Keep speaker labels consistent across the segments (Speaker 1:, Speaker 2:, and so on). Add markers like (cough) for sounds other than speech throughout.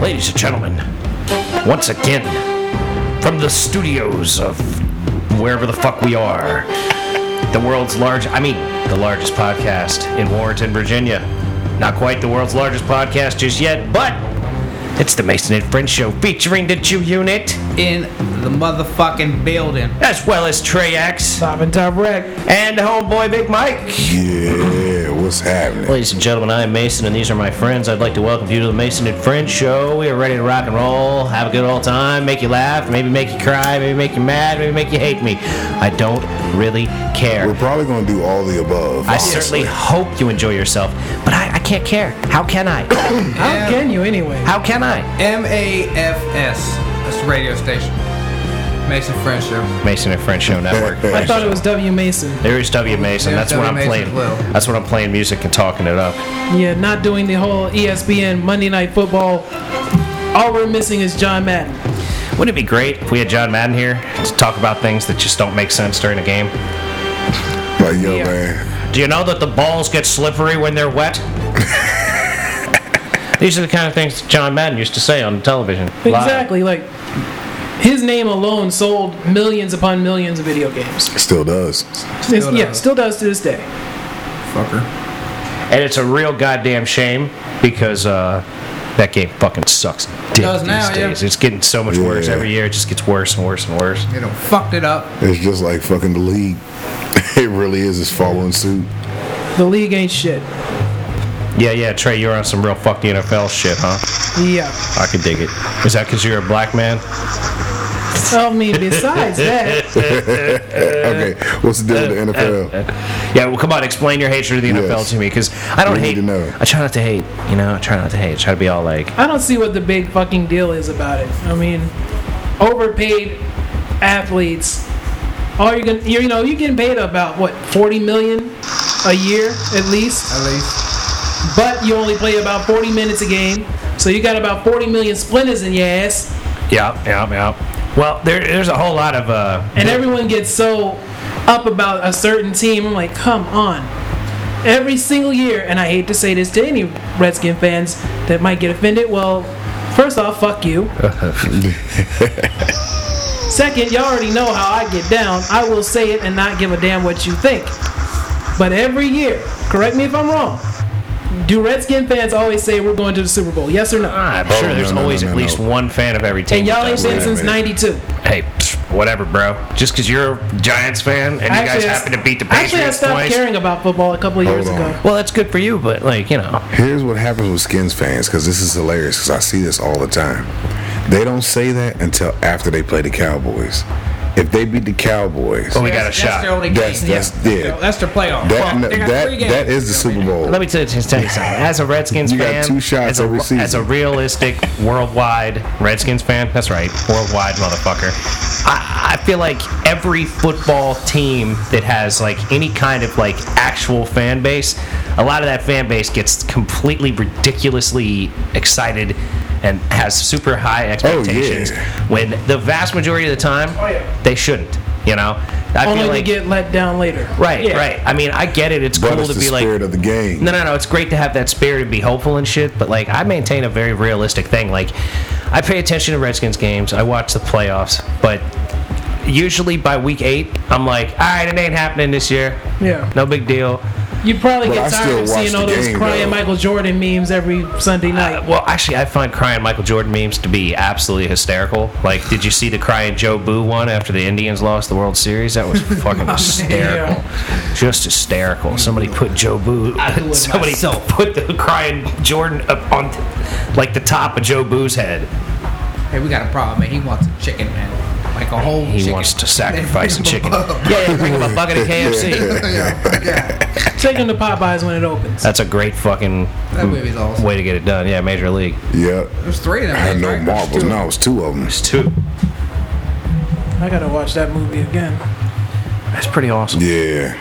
Speaker 1: Ladies and gentlemen, once again, from the studios of wherever the fuck we are, the world's large, I mean, the largest podcast in Warrenton, Virginia. Not quite the world's largest podcast just yet, but it's the Mason and Friends Show featuring the Jew Unit,
Speaker 2: in the motherfucking building.
Speaker 1: as well as Trey X,
Speaker 3: Top and Top Rec.
Speaker 1: and homeboy Big Mike.
Speaker 4: Yeah, what's happening?
Speaker 1: Ladies and gentlemen, I am Mason, and these are my friends. I'd like to welcome you to the Mason and Friends Show. We are ready to rock and roll, have a good old time, make you laugh, maybe make you cry, maybe make you mad, maybe make you hate me. I don't really
Speaker 4: We're
Speaker 1: care.
Speaker 4: probably gonna do all the above.
Speaker 1: I
Speaker 4: honestly.
Speaker 1: certainly hope you enjoy yourself, but I, I can't care. How can I?
Speaker 3: How can you anyway?
Speaker 1: How can I?
Speaker 2: MAFS. That's the radio station. Mason Friendship.
Speaker 1: Mason and Friends Show Network.
Speaker 3: (laughs)
Speaker 4: I
Speaker 3: I thought it was W. Mason.
Speaker 1: There is W Mason.
Speaker 2: There's
Speaker 1: That's when
Speaker 2: W.
Speaker 1: I'm
Speaker 2: Mason
Speaker 1: playing.
Speaker 2: as well.
Speaker 1: That's when I'm playing music and talking it up.
Speaker 3: Yeah, not doing the whole E ESPN Monday Night Football. All we're missing is John Madden.
Speaker 1: Wouldn't it be great if we had John Madden here to talk about things that just don't make sense during a game?
Speaker 4: Like, yo,
Speaker 3: Yeah.
Speaker 4: man.
Speaker 1: Do you know that the balls get slippery when they're
Speaker 2: (laughs)
Speaker 1: wet? These are the kind of things that John Madden used to say on television. live.
Speaker 3: Exactly. Like his name alone sold millions upon millions of video games.
Speaker 4: Still does.
Speaker 3: It's-
Speaker 2: does.
Speaker 3: yeah, still does to this day.
Speaker 2: Fucker.
Speaker 1: And it's a real goddamn shame because uh, that game fucking sucks dick
Speaker 2: does
Speaker 1: these
Speaker 2: now, yeah.
Speaker 1: days. It's getting so much worse
Speaker 4: Yeah.
Speaker 1: every year. It just gets worse and worse and worse.
Speaker 2: You know, fucked it up.
Speaker 4: It's just like fucking the league. (laughs) It really is. It's following suit.
Speaker 3: The league ain't shit.
Speaker 1: Yeah, yeah, Trey, you're on some real fuck the NFL shit, huh?
Speaker 3: Yeah.
Speaker 1: I could dig it. Is that because you're a black man?
Speaker 3: I mean, besides that,
Speaker 4: Okay, what's the deal
Speaker 1: Uh,
Speaker 4: with the NFL?
Speaker 1: Yeah, well, come on, explain your hatred of the NFL
Speaker 4: Yes.
Speaker 1: to me because I don't
Speaker 4: We need
Speaker 1: hate.
Speaker 4: to know.
Speaker 1: I try not to hate. You know, I try not to hate. I try to be all like.
Speaker 3: I don't see what the big fucking deal is about it. I mean, overpaid athletes. All you're gonna, you're, you know, you're getting paid about what 40 million a year at least,
Speaker 2: At least.
Speaker 3: but you only play about 40 minutes a game, so you got about 40 million splinters in your ass,
Speaker 1: Yeah, yeah, yeah. Well, there, there's a whole lot of. Uh,
Speaker 3: and everyone gets so up about a certain team. I'm like, come on. Every single year, and I hate to say this to any Redskin fans that might get offended. Well, first off, fuck you. Second, y'all already know how I get down. I will say it and not give a damn what you think. But every year, correct me if I'm wrong. Do Redskin fans always say we're going to the Super Bowl? Yes or no?
Speaker 1: I'm
Speaker 4: Oh,
Speaker 1: sure there's
Speaker 4: no, no,
Speaker 1: always
Speaker 4: no,
Speaker 1: at
Speaker 4: no,
Speaker 1: least
Speaker 4: no.
Speaker 1: one fan of every team.
Speaker 3: And y'all
Speaker 1: that
Speaker 3: ain't
Speaker 1: does.
Speaker 4: Wait
Speaker 3: been
Speaker 4: a
Speaker 3: since
Speaker 4: minute.
Speaker 3: '92.
Speaker 1: hey, pfft, whatever, bro. Just because you're a Giants fan and you guys
Speaker 3: I-
Speaker 1: happen to beat the
Speaker 3: Actually, I
Speaker 1: Patriots
Speaker 3: stopped
Speaker 1: twice.
Speaker 3: caring about football a couple of
Speaker 4: Hold
Speaker 3: years
Speaker 4: on.
Speaker 3: ago.
Speaker 1: Well, that's good for you, but like you know,
Speaker 4: Here's what happens with skins fans because this is hilarious because I see this all the time. They don't say that until after they play the Cowboys. If they beat the Cowboys,
Speaker 1: oh, we got a
Speaker 2: That's- That's their
Speaker 1: shot.
Speaker 2: only game.
Speaker 4: That's- that's- yeah.
Speaker 2: That's their playoff.
Speaker 4: that,
Speaker 2: Fuck, they got
Speaker 4: that,
Speaker 2: three games.
Speaker 4: that is the Super Bowl.
Speaker 1: Let me tell you, just tell you something. As a Redskins
Speaker 4: (laughs) You got
Speaker 1: fan,
Speaker 4: two shots
Speaker 1: as, a,
Speaker 4: every season.
Speaker 1: as a realistic worldwide Redskins fan, that's right, worldwide motherfucker. I, I feel like every football team that has like any kind of like actual fan base, a lot of that fan base gets completely ridiculously excited and has super high
Speaker 4: Oh,
Speaker 1: expectations when the vast majority of the time they shouldn't. You know, I
Speaker 3: Oh, Only
Speaker 1: feel
Speaker 3: to
Speaker 1: like
Speaker 3: get let down later.
Speaker 1: right,
Speaker 3: Yeah.
Speaker 1: right. I mean, I get it. It's
Speaker 4: but
Speaker 1: cool
Speaker 4: it's
Speaker 1: to
Speaker 4: the
Speaker 1: be like
Speaker 4: spirit of the game.
Speaker 1: no, no, no. It's great to have that spirit and be hopeful and shit. But like, I maintain a very realistic thing. Like, I pay attention to Redskins games. I watch the playoffs, but usually by week eight, I'm like, all right, it ain't happening this year.
Speaker 3: Yeah.
Speaker 1: No big deal.
Speaker 3: You probably
Speaker 4: But I
Speaker 3: get
Speaker 4: still
Speaker 3: tired of
Speaker 4: watch
Speaker 3: seeing
Speaker 4: the
Speaker 3: all those
Speaker 4: game,
Speaker 3: crying
Speaker 4: though.
Speaker 3: Michael Jordan memes every Sunday night.
Speaker 1: Uh, well, actually, I find crying Michael Jordan memes to be absolutely hysterical. Like, did you see the crying Joe Boo one after the Indians lost the World Series? That was fucking hysterical. Just hysterical. Somebody put Joe Boo.
Speaker 2: do
Speaker 1: (laughs)
Speaker 2: it
Speaker 1: Somebody
Speaker 2: myself.
Speaker 1: put the crying Jordan up on, like, the top of Joe Boo's head.
Speaker 2: Hey, we got a problem, man. He wants a chicken, man. Like a whole
Speaker 1: He
Speaker 2: chicken. (laughs)
Speaker 1: wants to sacrifice a chicken.
Speaker 2: Oh,
Speaker 1: Yeah, yeah, bring him a bucket
Speaker 4: (laughs)
Speaker 1: of
Speaker 2: (laughs)
Speaker 1: KFC. (laughs)
Speaker 2: my God.
Speaker 3: Take them to Popeyes when it opens.
Speaker 1: That's a great fucking
Speaker 2: That movie's awesome.
Speaker 1: way to get it done. Yeah, Major League.
Speaker 4: Yep.
Speaker 2: There's three of them.
Speaker 4: I had
Speaker 2: things,
Speaker 4: no
Speaker 2: right?
Speaker 4: marbles. No, it was two of them.
Speaker 1: It's two.
Speaker 3: I gotta watch that movie again.
Speaker 1: That's pretty awesome.
Speaker 4: Yeah.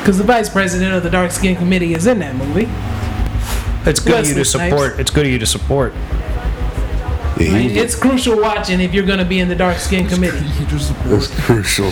Speaker 3: Because the vice president of the dark skin committee is in that movie.
Speaker 1: It's good of you to
Speaker 3: Wesley Snipes.
Speaker 1: support. It's good of you to support.
Speaker 4: He
Speaker 3: Like,
Speaker 4: was-
Speaker 3: it's crucial watching if you're going to be in the dark skin
Speaker 4: (laughs)
Speaker 3: committee.
Speaker 4: It's crucial.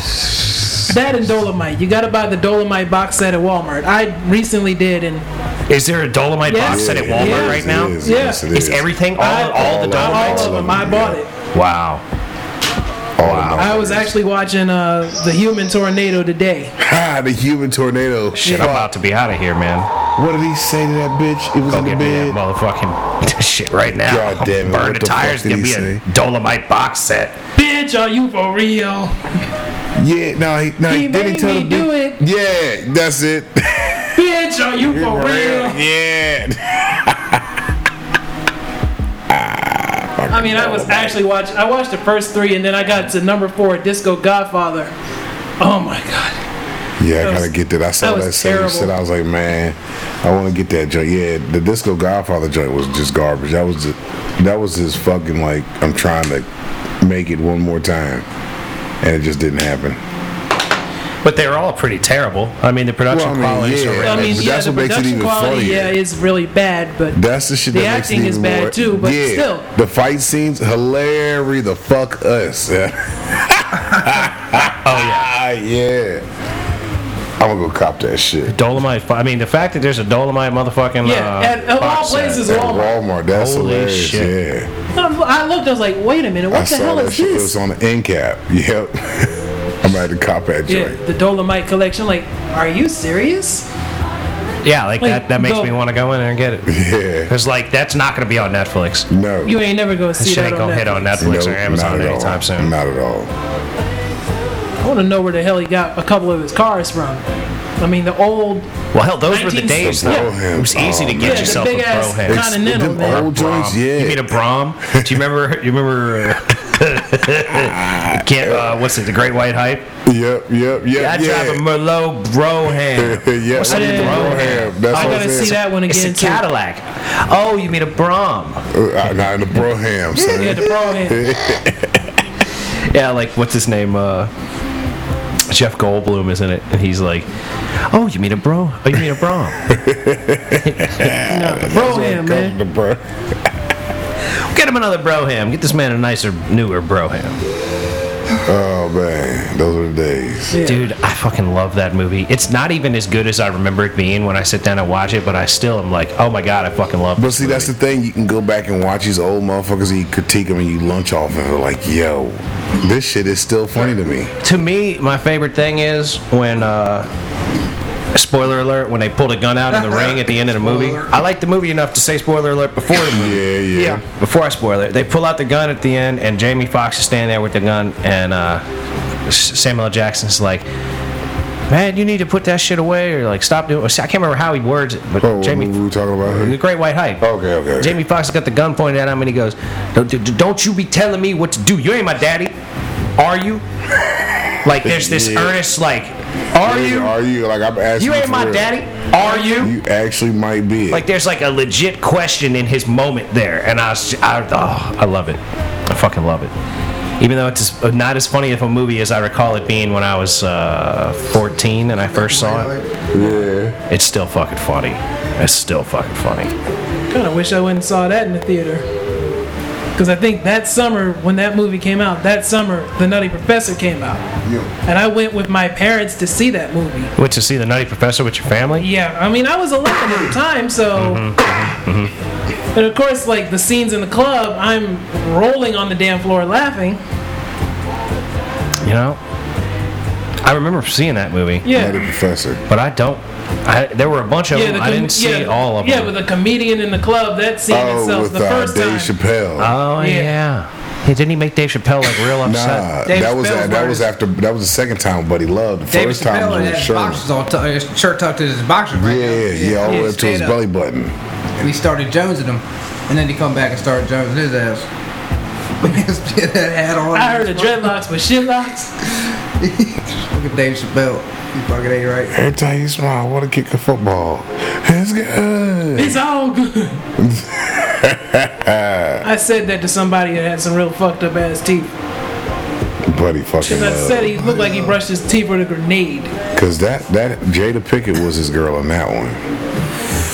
Speaker 3: That and Dolomite. You got to buy the Dolomite box set at Walmart. I recently did, and
Speaker 1: Is there a Dolomite
Speaker 3: Yes.
Speaker 1: box set at
Speaker 4: Yeah,
Speaker 1: Walmart
Speaker 4: yes,
Speaker 1: right
Speaker 4: it
Speaker 1: now?
Speaker 4: is,
Speaker 3: Yeah.
Speaker 4: yes, it
Speaker 1: It's
Speaker 4: is.
Speaker 1: everything, all,
Speaker 3: I-
Speaker 1: all the
Speaker 4: all of
Speaker 1: Dolomites.
Speaker 3: all of them.
Speaker 4: Dolomite,
Speaker 3: I bought
Speaker 4: yeah.
Speaker 3: it.
Speaker 1: Wow.
Speaker 4: All in all.
Speaker 3: I was actually watching uh, the Human Tornado today.
Speaker 4: Ha! The human tornado.
Speaker 1: Shit, I'm about to be out of here, man.
Speaker 4: What did he say to that bitch? It was
Speaker 1: Go
Speaker 4: in the
Speaker 1: get me that
Speaker 4: bed.
Speaker 1: motherfucking (laughs) shit right now.
Speaker 4: God damn it,
Speaker 1: Burn
Speaker 4: what
Speaker 1: the
Speaker 4: the fuck
Speaker 1: tires,
Speaker 4: did
Speaker 1: give
Speaker 4: he
Speaker 1: me a
Speaker 4: say?
Speaker 1: Dolomite box set.
Speaker 3: Bitch, are you for real?
Speaker 4: Yeah, no, he, no, he,
Speaker 3: He
Speaker 4: didn't
Speaker 3: made
Speaker 4: tell
Speaker 3: me
Speaker 4: the
Speaker 3: do
Speaker 4: bitch- Yeah, that's it.
Speaker 3: Bitch, are you for real?
Speaker 4: (laughs) yeah.
Speaker 3: I mean, I was actually watching. I watched the first three, and then I got to number four, Disco Godfather. Oh my god.
Speaker 4: Yeah,
Speaker 3: That
Speaker 4: I gotta
Speaker 3: was-
Speaker 4: get that. I saw
Speaker 3: that
Speaker 4: that,
Speaker 3: was
Speaker 4: same
Speaker 3: terrible.
Speaker 4: shit. I was like, man, I want to get that joint. Yeah, the Disco Godfather joint was just garbage. That was the, that was his fucking like. I'm trying to make it one more time, and it just didn't happen.
Speaker 1: But they were all pretty terrible. I mean, the production
Speaker 4: Well, I mean,
Speaker 1: qualities
Speaker 4: yeah.
Speaker 1: are
Speaker 3: I
Speaker 1: really.
Speaker 3: mean,
Speaker 4: But
Speaker 3: yeah,
Speaker 4: that's
Speaker 3: the
Speaker 4: what makes it
Speaker 3: production
Speaker 4: even
Speaker 3: quality,
Speaker 4: funnier.
Speaker 3: yeah, is really bad, but
Speaker 4: That's the shit.
Speaker 3: The
Speaker 4: that makes it
Speaker 3: acting is
Speaker 4: even
Speaker 3: bad
Speaker 4: more-
Speaker 3: too, but
Speaker 4: yeah,
Speaker 3: still.
Speaker 4: the fight scenes hilarious. The fuck us. (laughs) oh yeah, yeah. I'm gonna go cop that shit.
Speaker 1: Dolomite. fo- I mean, the fact that there's a Dolomite motherfucking.
Speaker 3: Yeah,
Speaker 1: uh,
Speaker 3: at- of all
Speaker 1: box set.
Speaker 3: places,
Speaker 4: At
Speaker 3: Walmart.
Speaker 4: Walmart, that's
Speaker 1: Holy
Speaker 4: hilarious.
Speaker 1: shit.
Speaker 4: Yeah,
Speaker 3: I looked. I was like, wait a minute, what
Speaker 4: I
Speaker 3: the
Speaker 4: saw
Speaker 3: hell
Speaker 4: that
Speaker 3: is
Speaker 4: shit. It
Speaker 3: this?
Speaker 4: was on the end cap. (laughs) Yep, I'm about to cop that
Speaker 3: Yeah,
Speaker 4: joint.
Speaker 3: the Dolomite collection. Like, are you serious?
Speaker 1: Yeah, like,
Speaker 3: Like,
Speaker 1: that. That makes
Speaker 3: the-
Speaker 1: me want to go in there and get
Speaker 4: (laughs)
Speaker 1: it.
Speaker 4: Yeah,
Speaker 1: Because like that's not going to be on Netflix.
Speaker 4: no,
Speaker 3: You ain't never gonna see
Speaker 1: Shit
Speaker 3: that
Speaker 1: ain't
Speaker 3: on
Speaker 1: gonna
Speaker 3: that.
Speaker 1: hit on Netflix
Speaker 4: Nope,
Speaker 1: or Amazon
Speaker 4: not at
Speaker 1: anytime
Speaker 4: all.
Speaker 1: soon.
Speaker 4: Not at all.
Speaker 3: I want to know where the hell he got a couple of his cars from. I mean, the old
Speaker 1: Well, hell, those were the
Speaker 3: 19
Speaker 1: days.
Speaker 4: The
Speaker 1: though.
Speaker 4: Brohams.
Speaker 1: It was easy to
Speaker 4: Oh,
Speaker 1: get
Speaker 4: man.
Speaker 1: yourself a
Speaker 3: Yeah, the big ass
Speaker 1: Broham.
Speaker 4: It's-
Speaker 3: Continental,
Speaker 4: them
Speaker 3: man.
Speaker 4: Old joints,
Speaker 1: Brom.
Speaker 4: yeah.
Speaker 1: You mean a Brom? Do you remember? You remember? Uh, (laughs) can't, uh, what's it? The Great White Hype.
Speaker 4: Yep, yep, yep.
Speaker 1: I
Speaker 4: yeah.
Speaker 1: drive a Merlot Broham.
Speaker 4: (laughs) yeah,
Speaker 1: What's that?
Speaker 4: yeah, Broham. That's
Speaker 3: I
Speaker 4: what
Speaker 3: gotta
Speaker 4: I'm
Speaker 3: see
Speaker 4: saying.
Speaker 3: that one
Speaker 1: It's
Speaker 3: again
Speaker 1: a
Speaker 3: too.
Speaker 1: Cadillac. Oh, you mean a Brom?
Speaker 4: Uh, not in the Broham, son.
Speaker 3: Yeah, the
Speaker 4: (laughs)
Speaker 3: Broham.
Speaker 1: Yeah, like what's his name? Uh, Jeff Goldblum is in it, and he's like, "Oh, you mean a Brom? Oh, you mean a
Speaker 4: (laughs)
Speaker 1: Brom?
Speaker 3: Broham, man.
Speaker 4: The bro.
Speaker 1: Get him another Broham. Get this man a nicer, newer Broham."
Speaker 4: Oh man, those were the days.
Speaker 3: Yeah.
Speaker 1: Dude, I fucking love that movie. It's not even as good as I remember it being when I sit down and watch it, but I still am like, oh my god, I fucking love.
Speaker 4: But
Speaker 1: this
Speaker 4: see, that's the
Speaker 1: movie."
Speaker 4: thing. You can go back and watch these old motherfuckers and you critique them and you lunch off and are like, yo, this shit is still funny to me.
Speaker 1: to me. My favorite thing is when. uh Spoiler alert! When they pulled a gun out in the ring at the end of the movie, I like the movie enough to say spoiler alert before the movie.
Speaker 4: Yeah, yeah.
Speaker 1: Before I spoil it, they pull out the gun at the end, and Jamie Foxx is standing there with the gun, and uh, S- Samuel L. Jackson's like, "Man, you need to put that shit away, or like stop doing." I can't remember how he words it, but
Speaker 4: Oh, what
Speaker 1: Jamie,
Speaker 4: movie we were talking about
Speaker 1: the
Speaker 4: here?
Speaker 1: Great White Hype.
Speaker 4: Okay, okay, okay.
Speaker 1: Jamie Foxx got the gun pointed at him, and he goes, "Don't, d- d- don't you be telling me what to do. You ain't my daddy, are you?" Like there's this
Speaker 4: Yeah.
Speaker 1: earnest, like, "Are
Speaker 4: Hey,
Speaker 1: you?
Speaker 4: Are you? Like, I'm asking
Speaker 1: You ain't
Speaker 4: for
Speaker 1: my
Speaker 4: real.
Speaker 1: daddy, are you?"
Speaker 4: You actually might be. it.
Speaker 1: Like there's like a legit question in his moment there, and I, was, I, oh, I love it. I fucking love it. Even though it's as- not as funny of a movie as I recall it being when I was uh, 14 and I first saw it,
Speaker 4: yeah.
Speaker 1: it's still fucking funny. It's still fucking funny.
Speaker 3: Kind of wish I went and saw that in the theater. Because I think that summer, when that movie came out, that summer, The Nutty Professor came out. And I went with my parents to see that movie.
Speaker 1: Went to see the Nutty Professor with your family?
Speaker 3: Yeah, I mean, I was 11 at the time, so.
Speaker 1: Mm-hmm,
Speaker 3: And of course, like the scenes in the club, I'm rolling on the damn floor laughing.
Speaker 1: You know, I remember seeing that movie,
Speaker 3: Yeah.
Speaker 4: Another professor.
Speaker 1: but I don't. I, there were a bunch of
Speaker 3: Yeah,
Speaker 1: them.
Speaker 3: the
Speaker 1: I
Speaker 3: com-
Speaker 1: didn't see
Speaker 3: yeah,
Speaker 1: all of
Speaker 3: Yeah,
Speaker 1: them.
Speaker 3: with the comedian in the club, that scene
Speaker 4: Oh,
Speaker 3: itself,
Speaker 4: with
Speaker 3: the
Speaker 4: uh,
Speaker 3: first
Speaker 4: Dave
Speaker 3: time.
Speaker 4: Chappelle.
Speaker 2: Uh,
Speaker 1: oh
Speaker 3: yeah.
Speaker 1: yeah. Hey, didn't he make Dave Chappelle like real
Speaker 4: nah,
Speaker 1: upset?
Speaker 3: Dave
Speaker 4: that was
Speaker 3: Chappelle's
Speaker 4: that, that was
Speaker 3: murdered.
Speaker 4: after that was the second time, Buddy Love. The
Speaker 2: David
Speaker 4: first time
Speaker 2: Chappelle
Speaker 4: was
Speaker 2: had
Speaker 4: with
Speaker 2: his
Speaker 4: Sherman.
Speaker 2: boxers all tu- his shirt tucked into his boxers
Speaker 4: Yeah,
Speaker 2: right now.
Speaker 4: yeah, yeah, all the way up to his
Speaker 2: stand
Speaker 4: belly button.
Speaker 2: And he started jonesing him, and then he come back and started jonesing his ass. (laughs) Get that hat on.
Speaker 3: I heard the dreadlocks with shitlocks.
Speaker 2: Look at Dave Chappelle. He fucking ain't right.
Speaker 4: Every time you smile, I want to kick a football. It's good.
Speaker 3: (laughs) It's all
Speaker 4: (laughs)
Speaker 3: good. I said that to somebody that had some real fucked up ass teeth.
Speaker 4: Buddy fucking
Speaker 3: Because I
Speaker 4: love.
Speaker 3: said he looked like he brushed his teeth with a grenade
Speaker 4: Cause that that Jada Pickett was his girl on that one.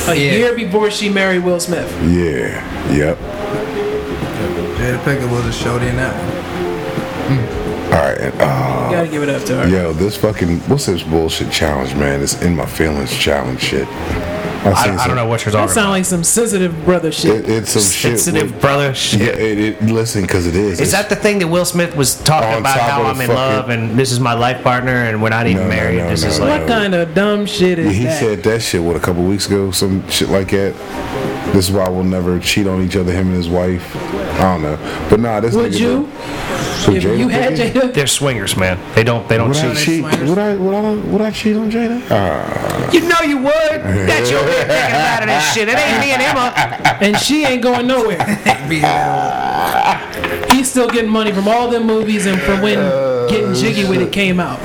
Speaker 3: a
Speaker 2: Yeah.
Speaker 3: year before she married Will Smith.
Speaker 4: Yeah. Yep.
Speaker 2: Jada Pickett was a shorty in that one.
Speaker 4: All right. and, uh,
Speaker 3: Gotta give it up to her.
Speaker 4: yo, this fucking what's this bullshit challenge, man? This in my feelings challenge shit. I've
Speaker 1: I,
Speaker 4: seen
Speaker 1: I
Speaker 4: some-
Speaker 1: don't know what you're
Speaker 3: That
Speaker 1: talking
Speaker 3: sound
Speaker 1: about.
Speaker 3: like some sensitive brother shit.
Speaker 4: It, it's some
Speaker 1: Sensitive
Speaker 4: shit. with-
Speaker 1: brother shit.
Speaker 4: yeah, it, it, listen, because it is.
Speaker 1: Is that the thing that Will Smith was talking
Speaker 4: On
Speaker 1: about?
Speaker 4: top
Speaker 1: How
Speaker 4: of
Speaker 1: I'm
Speaker 4: the
Speaker 1: in
Speaker 4: fucking-
Speaker 1: love and this is my life partner and we're not even
Speaker 4: No, no,
Speaker 1: married.
Speaker 4: no,
Speaker 1: this
Speaker 4: no,
Speaker 1: is
Speaker 4: no.
Speaker 1: like
Speaker 3: What kind of dumb shit is
Speaker 4: He
Speaker 3: that?
Speaker 4: said that shit what a couple weeks ago, some shit like that. This is why we'll never cheat on each other, him and his wife. I don't know, but nah, this.
Speaker 3: Would
Speaker 4: nigga-
Speaker 3: you?
Speaker 4: So
Speaker 3: If you had
Speaker 4: Pickett?
Speaker 3: Jada,
Speaker 1: they're swingers, man. They don't they don't
Speaker 4: Would I
Speaker 1: cheat.
Speaker 4: cheat? Would I? Would I? Would I cheat on Jada?
Speaker 1: You know you would. That's
Speaker 4: (laughs)
Speaker 1: your big thinking out of this shit. It ain't me and Emma.
Speaker 3: and she ain't going
Speaker 2: (laughs)
Speaker 3: nowhere.
Speaker 2: Be hell.
Speaker 3: He's still getting money from all them movies and from when
Speaker 4: Uh,
Speaker 3: Getting Jiggy when it came out.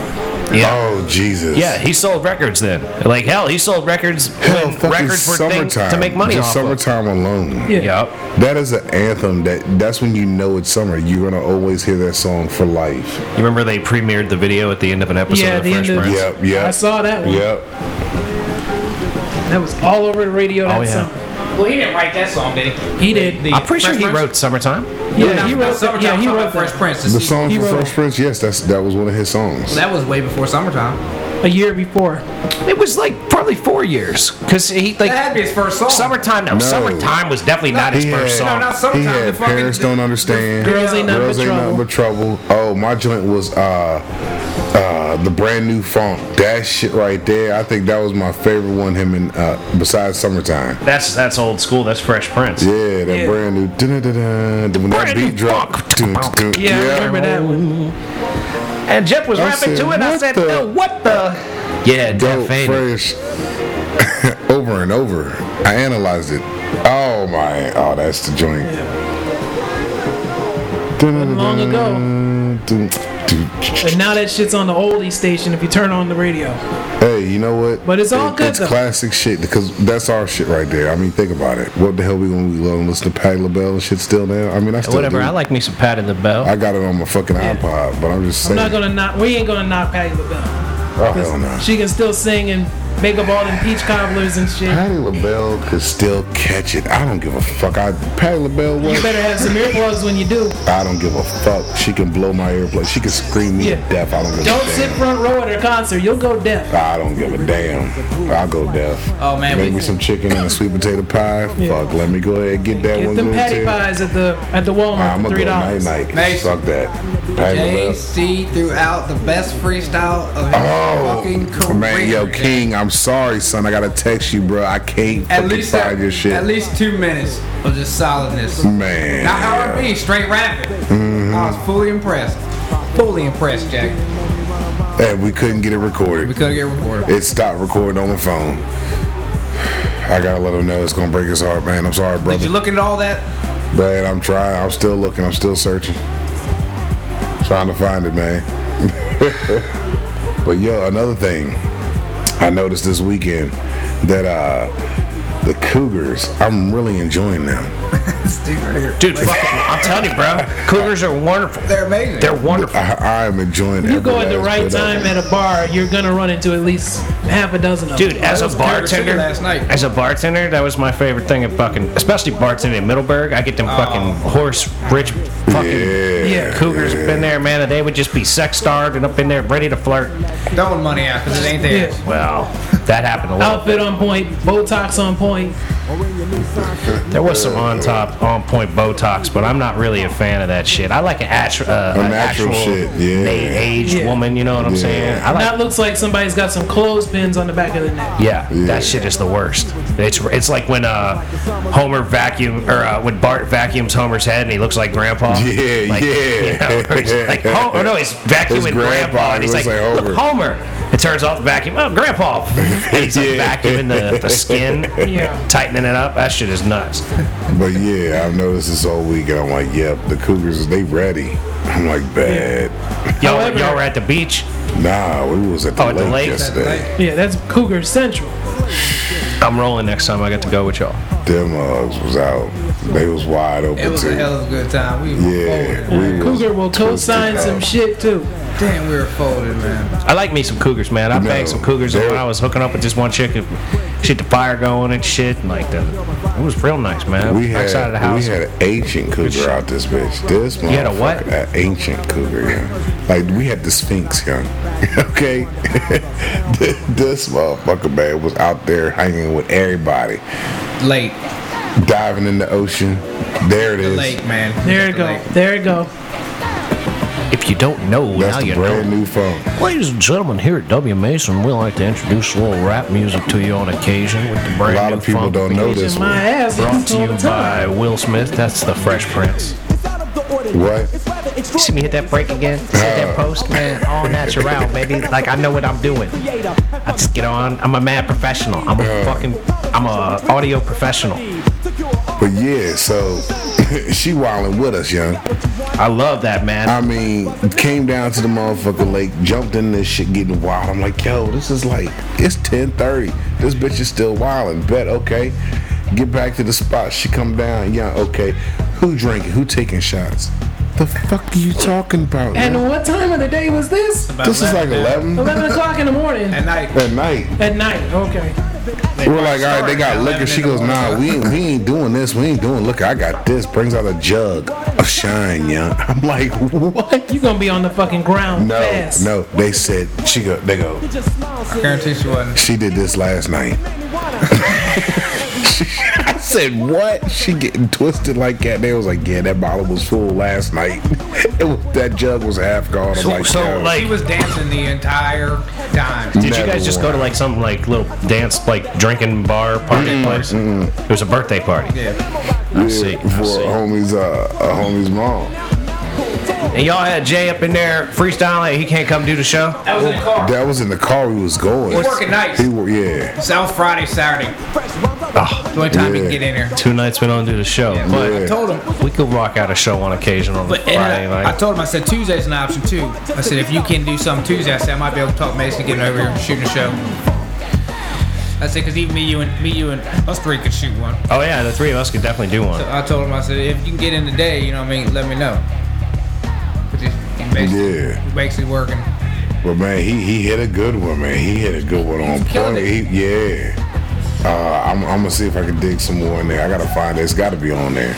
Speaker 1: Yeah.
Speaker 4: Oh Jesus!
Speaker 1: Yeah, he sold records then. Like hell, he sold records
Speaker 4: Hell,
Speaker 1: when
Speaker 4: fucking
Speaker 1: records were things
Speaker 4: summertime.
Speaker 1: to make money
Speaker 4: Just
Speaker 1: off of.
Speaker 4: summertime alone.
Speaker 3: Yeah.
Speaker 1: Yep.
Speaker 4: That is an anthem. That that's when you know it's summer. You're gonna always hear that song for life.
Speaker 1: You remember they premiered the video at the end of an episode
Speaker 3: Yeah,
Speaker 1: of
Speaker 3: the
Speaker 1: Fresh
Speaker 3: end of-
Speaker 1: Prince?
Speaker 4: Yep. Yep.
Speaker 3: I saw that one.
Speaker 4: Yep.
Speaker 3: That was all over the radio that
Speaker 1: Oh, yeah.
Speaker 3: summer.
Speaker 5: Well, he didn't write that song, did he?
Speaker 3: He did.
Speaker 5: The
Speaker 1: I'm pretty sure
Speaker 5: Fresh
Speaker 1: he
Speaker 5: Prince?
Speaker 1: wrote Summertime.
Speaker 3: Yeah, he wrote. that-
Speaker 2: Summertime,
Speaker 3: Yeah, he
Speaker 2: talking
Speaker 3: wrote
Speaker 2: about Fresh
Speaker 3: that
Speaker 2: Prince.
Speaker 4: The
Speaker 2: season-
Speaker 4: song
Speaker 3: He
Speaker 4: for
Speaker 3: wrote
Speaker 4: Fresh
Speaker 3: it.
Speaker 4: Prince. Yes, that's that was one of his songs.
Speaker 2: That was way before summertime.
Speaker 3: a year before.
Speaker 1: It was like probably four years because he like
Speaker 2: That had to be his first song.
Speaker 1: summertime. No,
Speaker 4: No.
Speaker 1: summertime was definitely not his
Speaker 4: He
Speaker 1: first
Speaker 4: had-
Speaker 1: song.
Speaker 2: No, no,
Speaker 4: He
Speaker 2: summertime.
Speaker 4: had
Speaker 2: the fucking-
Speaker 4: parents don't understand.
Speaker 3: Girls ain't nothing
Speaker 4: Girls
Speaker 3: but
Speaker 4: ain't nothing
Speaker 3: trouble.
Speaker 4: but trouble. Oh, my joint was uh uh the brand new funk. That shit right there. I think that was my favorite one. Him and uh besides summertime.
Speaker 1: That's that's old school. That's Fresh Prince.
Speaker 4: Yeah, that brand new. dun-dun-dun-dun, When that
Speaker 1: Brand new
Speaker 4: beat drop.
Speaker 1: funk.
Speaker 3: Yeah, I remember that one.
Speaker 1: And Jeff was
Speaker 4: I
Speaker 1: rapping
Speaker 4: said,
Speaker 1: to it. I
Speaker 4: "What
Speaker 1: said,
Speaker 4: the-
Speaker 1: "No, what the? Yeah,
Speaker 4: Dope,
Speaker 1: Jeff Fader.
Speaker 4: fresh. (laughs) over and over. I analyzed it. Oh my! Oh, that's the joint. Dun-dun-dun-dun,
Speaker 3: long ago.
Speaker 4: dun- dun-
Speaker 3: And now that shit's on the oldie station if you turn on the radio.
Speaker 4: Hey, you know what?
Speaker 3: But it's all good,
Speaker 4: It's
Speaker 3: though.
Speaker 4: classic shit because that's our shit right there. I mean, think about it. What the hell we gonna be letting listen to Patty LaBelle and shit still now? I mean, I still
Speaker 1: Whatever.
Speaker 4: do.
Speaker 1: I like me some Pat in the Bell.
Speaker 4: I got it on my fucking iPod, but I'm just
Speaker 3: I'm
Speaker 4: saying.
Speaker 3: not gonna knock. We ain't gonna knock Patty LaBelle.
Speaker 4: oh hell no.
Speaker 3: She can still sing and make up all them peach cobblers and shit.
Speaker 4: Patty LaBelle could still catch it. I don't give a fuck. I Patty LaBelle
Speaker 3: You
Speaker 4: was.
Speaker 3: better have some earplugs when you do.
Speaker 4: I don't give a fuck. She can blow my earplug. She can scream me
Speaker 3: Yeah.
Speaker 4: to death. I don't give
Speaker 3: Don't
Speaker 4: a
Speaker 3: sit
Speaker 4: damn.
Speaker 3: front row at her concert. You'll go deaf.
Speaker 4: I don't give a damn. I'll go deaf.
Speaker 2: Oh man,
Speaker 4: Make
Speaker 2: we,
Speaker 4: me some chicken and a sweet potato pie. Fuck, let me go ahead and get that
Speaker 3: Get
Speaker 4: one.
Speaker 3: them
Speaker 4: little
Speaker 3: patty
Speaker 4: too.
Speaker 3: pies at the at the Walmart
Speaker 4: I'm
Speaker 3: for
Speaker 4: gonna
Speaker 3: three
Speaker 4: go night
Speaker 3: dollars.
Speaker 4: night.
Speaker 2: Nice.
Speaker 4: Fuck that. Patty LaBelle.
Speaker 2: JC threw out the best freestyle of his fucking
Speaker 4: Oh
Speaker 2: career.
Speaker 4: man, yo, King, I'm sorry, son. I gotta text you, bro. I can't
Speaker 2: At
Speaker 4: fucking
Speaker 2: least
Speaker 4: find
Speaker 2: that-
Speaker 4: your shit,
Speaker 2: At least two minutes of just solidness.
Speaker 4: man.
Speaker 2: Not R&B, straight rapping.
Speaker 4: Mm-hmm.
Speaker 2: I was fully impressed. Fully impressed, Jack.
Speaker 4: And we couldn't get it
Speaker 2: We
Speaker 4: recorded.
Speaker 2: couldn't get recorded.
Speaker 4: It stopped recording on my phone. I gotta let him know it's gonna break his heart, man. I'm sorry,
Speaker 2: Did you
Speaker 4: brother.
Speaker 2: look at all that?
Speaker 4: Man, I'm trying. I'm still looking. I'm still searching. Trying to find it, man. (laughs) but yo, another thing I noticed this weekend that uh the Cougars, I'm really enjoying them.
Speaker 2: Dude, right here.
Speaker 1: Dude, fuck it. I'm telling you,
Speaker 4: (laughs)
Speaker 1: bro. Cougars are wonderful.
Speaker 2: They're amazing.
Speaker 1: They're wonderful.
Speaker 4: I, I am enjoying. uh,
Speaker 3: You go at the right time at a bar, you're gonna run into at least half a dozen of
Speaker 1: Dude,
Speaker 3: them.
Speaker 1: as a
Speaker 2: was a favorite
Speaker 1: bartender,
Speaker 2: singer last night.
Speaker 1: as a bartender, that was my favorite thing at fucking, especially bartending in Middleburg. I get
Speaker 2: Oh.
Speaker 1: them fucking horse rich fucking
Speaker 4: Yeah,
Speaker 3: Yeah,
Speaker 1: cougars
Speaker 4: yeah.
Speaker 1: up in there, man, and they would just be sex starved and up in there ready to flirt.
Speaker 2: throwing money out because it ain't theirs.
Speaker 1: Well, that happened a lot.
Speaker 3: Outfit on point, Botox on point.
Speaker 1: There was some on top, on point Botox, but I'm not really a fan of that shit. I like an, actu- uh,
Speaker 4: A
Speaker 1: an
Speaker 4: natural
Speaker 1: actual
Speaker 4: shit, yeah.
Speaker 1: na- aged
Speaker 3: Yeah.
Speaker 1: woman. You know what I'm
Speaker 4: Yeah.
Speaker 1: saying? I like.
Speaker 3: That looks like somebody's got some clothespins on the back of the neck.
Speaker 1: yeah,
Speaker 4: Yeah.
Speaker 1: that shit is the worst. It's it's like when uh, Homer vacuum or uh, when Bart vacuums Homer's head and he looks like Grandpa.
Speaker 4: Yeah,
Speaker 1: like,
Speaker 4: yeah.
Speaker 1: You know, or he's like, Hom- or no, he's vacuuming
Speaker 4: His
Speaker 1: Grandpa,
Speaker 4: grandpa,
Speaker 1: and
Speaker 4: he
Speaker 1: he's like,
Speaker 4: looks like
Speaker 1: look,
Speaker 4: Homer."
Speaker 1: Homer. It turns off the vacuum. Oh, Grandpa. And he's like
Speaker 4: (laughs) Yeah.
Speaker 1: vacuuming the, the skin,
Speaker 3: Yeah.
Speaker 1: tightening it up. That shit is nuts.
Speaker 4: But yeah, I've noticed this all week, and I'm like, yep, the Cougars, they ready. I'm like, bad. (laughs)
Speaker 1: Y'all,
Speaker 3: However-
Speaker 1: y'all were at the beach.
Speaker 4: Nah, we was at the,
Speaker 1: Oh, at the
Speaker 4: lake,
Speaker 1: lake?
Speaker 4: yesterday.
Speaker 2: Like,
Speaker 3: Yeah, that's Cougar Central.
Speaker 1: I'm rolling next time. I got to go with y'all.
Speaker 4: Them mugs was out. They was wide open
Speaker 2: It was
Speaker 4: too.
Speaker 2: a hell of a good time. We were
Speaker 4: yeah,
Speaker 2: folded.
Speaker 4: we
Speaker 3: Cougar
Speaker 4: was
Speaker 3: will co-sign
Speaker 4: twisted
Speaker 3: some
Speaker 4: up.
Speaker 3: shit too.
Speaker 2: Damn, we were folded, man.
Speaker 1: I like me some cougars, man. I
Speaker 4: No,
Speaker 1: banged some cougars and
Speaker 4: they're-
Speaker 1: when I was hooking up with this one chick. and She had the fire going and shit. And like, the, it was real nice, man.
Speaker 4: We
Speaker 1: Backside
Speaker 4: had
Speaker 1: of the house.
Speaker 4: we had an ancient cougar out this bitch. This
Speaker 1: You had a what?
Speaker 4: motherfucker, An ancient cougar, yeah. Like we had the Sphinx, young. (laughs) okay, this motherfucker man was out there hanging with everybody,
Speaker 2: Late,
Speaker 4: diving in the ocean. There it is.
Speaker 2: late, man.
Speaker 3: There you go.
Speaker 2: Late.
Speaker 3: There you go.
Speaker 1: if you don't know,
Speaker 4: That's
Speaker 1: now
Speaker 4: the
Speaker 1: you know.
Speaker 4: brand new phone.
Speaker 1: Ladies and gentlemen, here at W Mason, we like to introduce a little rap music to you on occasion with the brand
Speaker 4: A lot
Speaker 1: new
Speaker 4: of people
Speaker 1: funk
Speaker 4: don't know
Speaker 1: beats.
Speaker 4: this
Speaker 3: My
Speaker 4: one.
Speaker 3: ass
Speaker 1: Brought to
Speaker 3: all
Speaker 1: you
Speaker 3: the time.
Speaker 1: by Will Smith. That's the Fresh Prince.
Speaker 4: What?
Speaker 1: You see me hit that break again? See
Speaker 4: Uh.
Speaker 1: that post? Man, all natural, baby. Like, I know what I'm doing. I just get on. I'm a mad professional. I'm
Speaker 4: Uh.
Speaker 1: a fucking, I'm a audio professional.
Speaker 4: But yeah, so (laughs) she wilding with us, young.
Speaker 1: I love that, man.
Speaker 4: I mean, came down to the motherfucking lake, jumped in this shit, getting wild. I'm like, yo, this is like, it's 10:30. This bitch is still wilding. Bet okay. Get back to the spot. She come down. Yeah, okay. Who drinking? Who taking shots? The fuck are you talking about? man?
Speaker 3: And what time of the day was
Speaker 4: (laughs)
Speaker 3: this?
Speaker 4: This is like 11
Speaker 3: Eleven o'clock in the morning.
Speaker 2: At night,
Speaker 4: at night.
Speaker 3: At night. Okay.
Speaker 4: We're like, all right, they got
Speaker 2: Started
Speaker 4: liquor.
Speaker 2: at
Speaker 4: She
Speaker 2: 11
Speaker 4: goes,
Speaker 2: in the
Speaker 4: nah,
Speaker 2: morning.
Speaker 4: we ain't, we ain't doing this. We ain't doing liquor. I got this. Brings out a jug of shine, young. I'm like, what?
Speaker 3: You gonna be on the fucking ground
Speaker 4: No,
Speaker 3: fast.
Speaker 4: no. They said she go. They go.
Speaker 2: guarantee she wasn't.
Speaker 4: She did this last
Speaker 1: (laughs)
Speaker 4: night. I said, what? She getting twisted like that? They was like, yeah, that bottle was full last night. (laughs) It was, that jug was half gone. I'm
Speaker 1: So-
Speaker 4: like,
Speaker 1: so,
Speaker 4: yo,
Speaker 1: like-
Speaker 2: She was dancing the entire time.
Speaker 1: Did you
Speaker 4: Never
Speaker 1: guys just go to like some like little dance, like drinking bar party place? It was a birthday party.
Speaker 2: Yeah.
Speaker 1: I
Speaker 4: yeah,
Speaker 1: see. I
Speaker 4: for
Speaker 1: see.
Speaker 4: a homie's uh, a homie's mom.
Speaker 1: And y'all had Jay up in there freestyling. He can't come do the show.
Speaker 5: That was in the car.
Speaker 4: That was in the car we was going.
Speaker 2: He working nights.
Speaker 4: He wor- yeah.
Speaker 2: South Friday, Saturday.
Speaker 1: Oh,
Speaker 2: The only time you
Speaker 4: Ah. Yeah.
Speaker 2: can get in here.
Speaker 1: two nights we don't do the show, but
Speaker 2: I
Speaker 4: Yeah.
Speaker 2: told him.
Speaker 1: we could rock out a show on occasion on
Speaker 2: But and
Speaker 1: Friday
Speaker 2: I, I
Speaker 1: night.
Speaker 2: told him, I said, Tuesday's an option too. I said, if you can do something Tuesday, I said, I might be able to talk Mason to getting over here and shooting a show. I said, because even me, you, and me, you, and us three could shoot one.
Speaker 1: oh yeah, the three of us could definitely do one.
Speaker 2: So I told him, I said, if you can get in today, you know what I mean, let me know. But he's he basically,
Speaker 4: Yeah.
Speaker 2: he basically working.
Speaker 4: But man, he he hit a good one, man. He hit a good one on
Speaker 2: killed
Speaker 4: point. He,
Speaker 2: it.
Speaker 4: yeah. Uh, I'm, I'm gonna see if I can dig some more in there. I gotta find it. It's gotta be on there.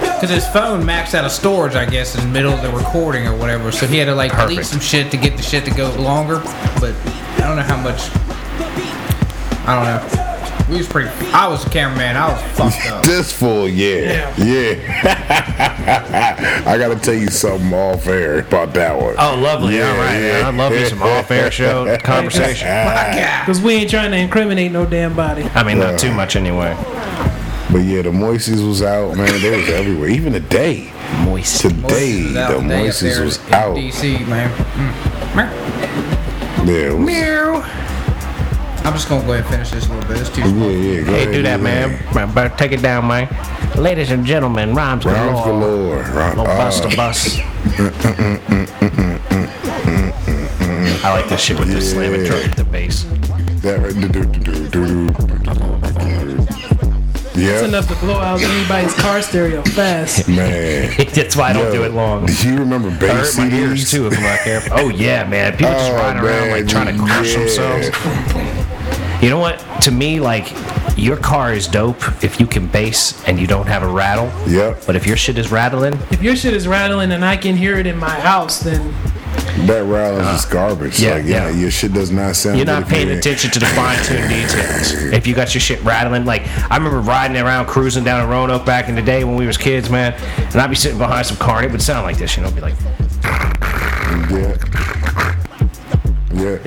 Speaker 2: Because his phone maxed out of storage, I guess, in the middle of the recording or whatever. So he had to like delete
Speaker 1: Perfect.
Speaker 2: some shit to get the shit to go longer. But I don't know how much. I don't know. We was pretty. I was a cameraman. I was fucked
Speaker 4: (laughs)
Speaker 2: up.
Speaker 4: This fool, yeah. Yeah. (laughs) I gotta tell you something off air about that one.
Speaker 1: Oh, lovely.
Speaker 4: Yeah,
Speaker 1: All right,
Speaker 4: yeah.
Speaker 1: man. I love you some off-air
Speaker 4: (laughs)
Speaker 1: (laughs) show conversation.
Speaker 2: Yeah.
Speaker 3: Cause we ain't trying to incriminate no damn body.
Speaker 1: I mean, not too much anyway.
Speaker 4: But yeah, the Moises was out, man. They was everywhere. Even today.
Speaker 1: Moist.
Speaker 4: Today,
Speaker 2: Moises was out
Speaker 4: the
Speaker 2: today up
Speaker 4: Moises
Speaker 2: there
Speaker 4: was
Speaker 2: in
Speaker 4: out.
Speaker 2: DC, man. Mm. Meow.
Speaker 4: Yeah, it was- yeah,
Speaker 2: I'm just gonna go ahead and finish this a little bit. It's too small.
Speaker 4: yeah. Go
Speaker 1: Hey,
Speaker 4: ahead,
Speaker 1: do that, man. Man, better Take it down, man. Ladies and gentlemen, rhymes
Speaker 4: Rhymes
Speaker 1: galore.
Speaker 4: galore. Rhymes-
Speaker 1: Little bus to
Speaker 4: uh,
Speaker 1: bus. I like this shit with the slamming
Speaker 4: Yeah.
Speaker 1: drum at the bass.
Speaker 4: that right- do- do- do- do- do- do.
Speaker 3: That's
Speaker 4: Yeah,
Speaker 3: enough to blow out anybody's car stereo
Speaker 4: (laughs)
Speaker 3: fast.
Speaker 4: man.
Speaker 1: That's why I don't
Speaker 4: Yo,
Speaker 1: do it long.
Speaker 4: Do you remember
Speaker 1: I
Speaker 4: bass
Speaker 1: hurt my ears
Speaker 4: CDs?
Speaker 1: too if I'm not careful. Oh yeah, man. People just
Speaker 4: Oh,
Speaker 1: riding around like
Speaker 4: man,
Speaker 1: trying to crush
Speaker 4: yeah.
Speaker 1: themselves. You know what? To me, like your car is dope if you can bass and you don't have a rattle.
Speaker 4: Yep.
Speaker 1: But if your shit is rattling,
Speaker 3: If your shit is rattling and I can hear it in my house, then
Speaker 4: That Rollins is garbage.
Speaker 1: yeah,
Speaker 4: like, Uh, yeah,
Speaker 1: yeah.
Speaker 4: your shit does not sound.
Speaker 1: You're not
Speaker 4: good if you
Speaker 1: paying
Speaker 4: ain't-
Speaker 1: attention to the fine tuned details. If you got your shit rattling, like I remember riding around cruising down in Roanoke back in the day when we was kids, man, and I'd be sitting behind some car and it would sound like this, you know, be like,
Speaker 4: Yeah.
Speaker 1: go.
Speaker 4: Yeah.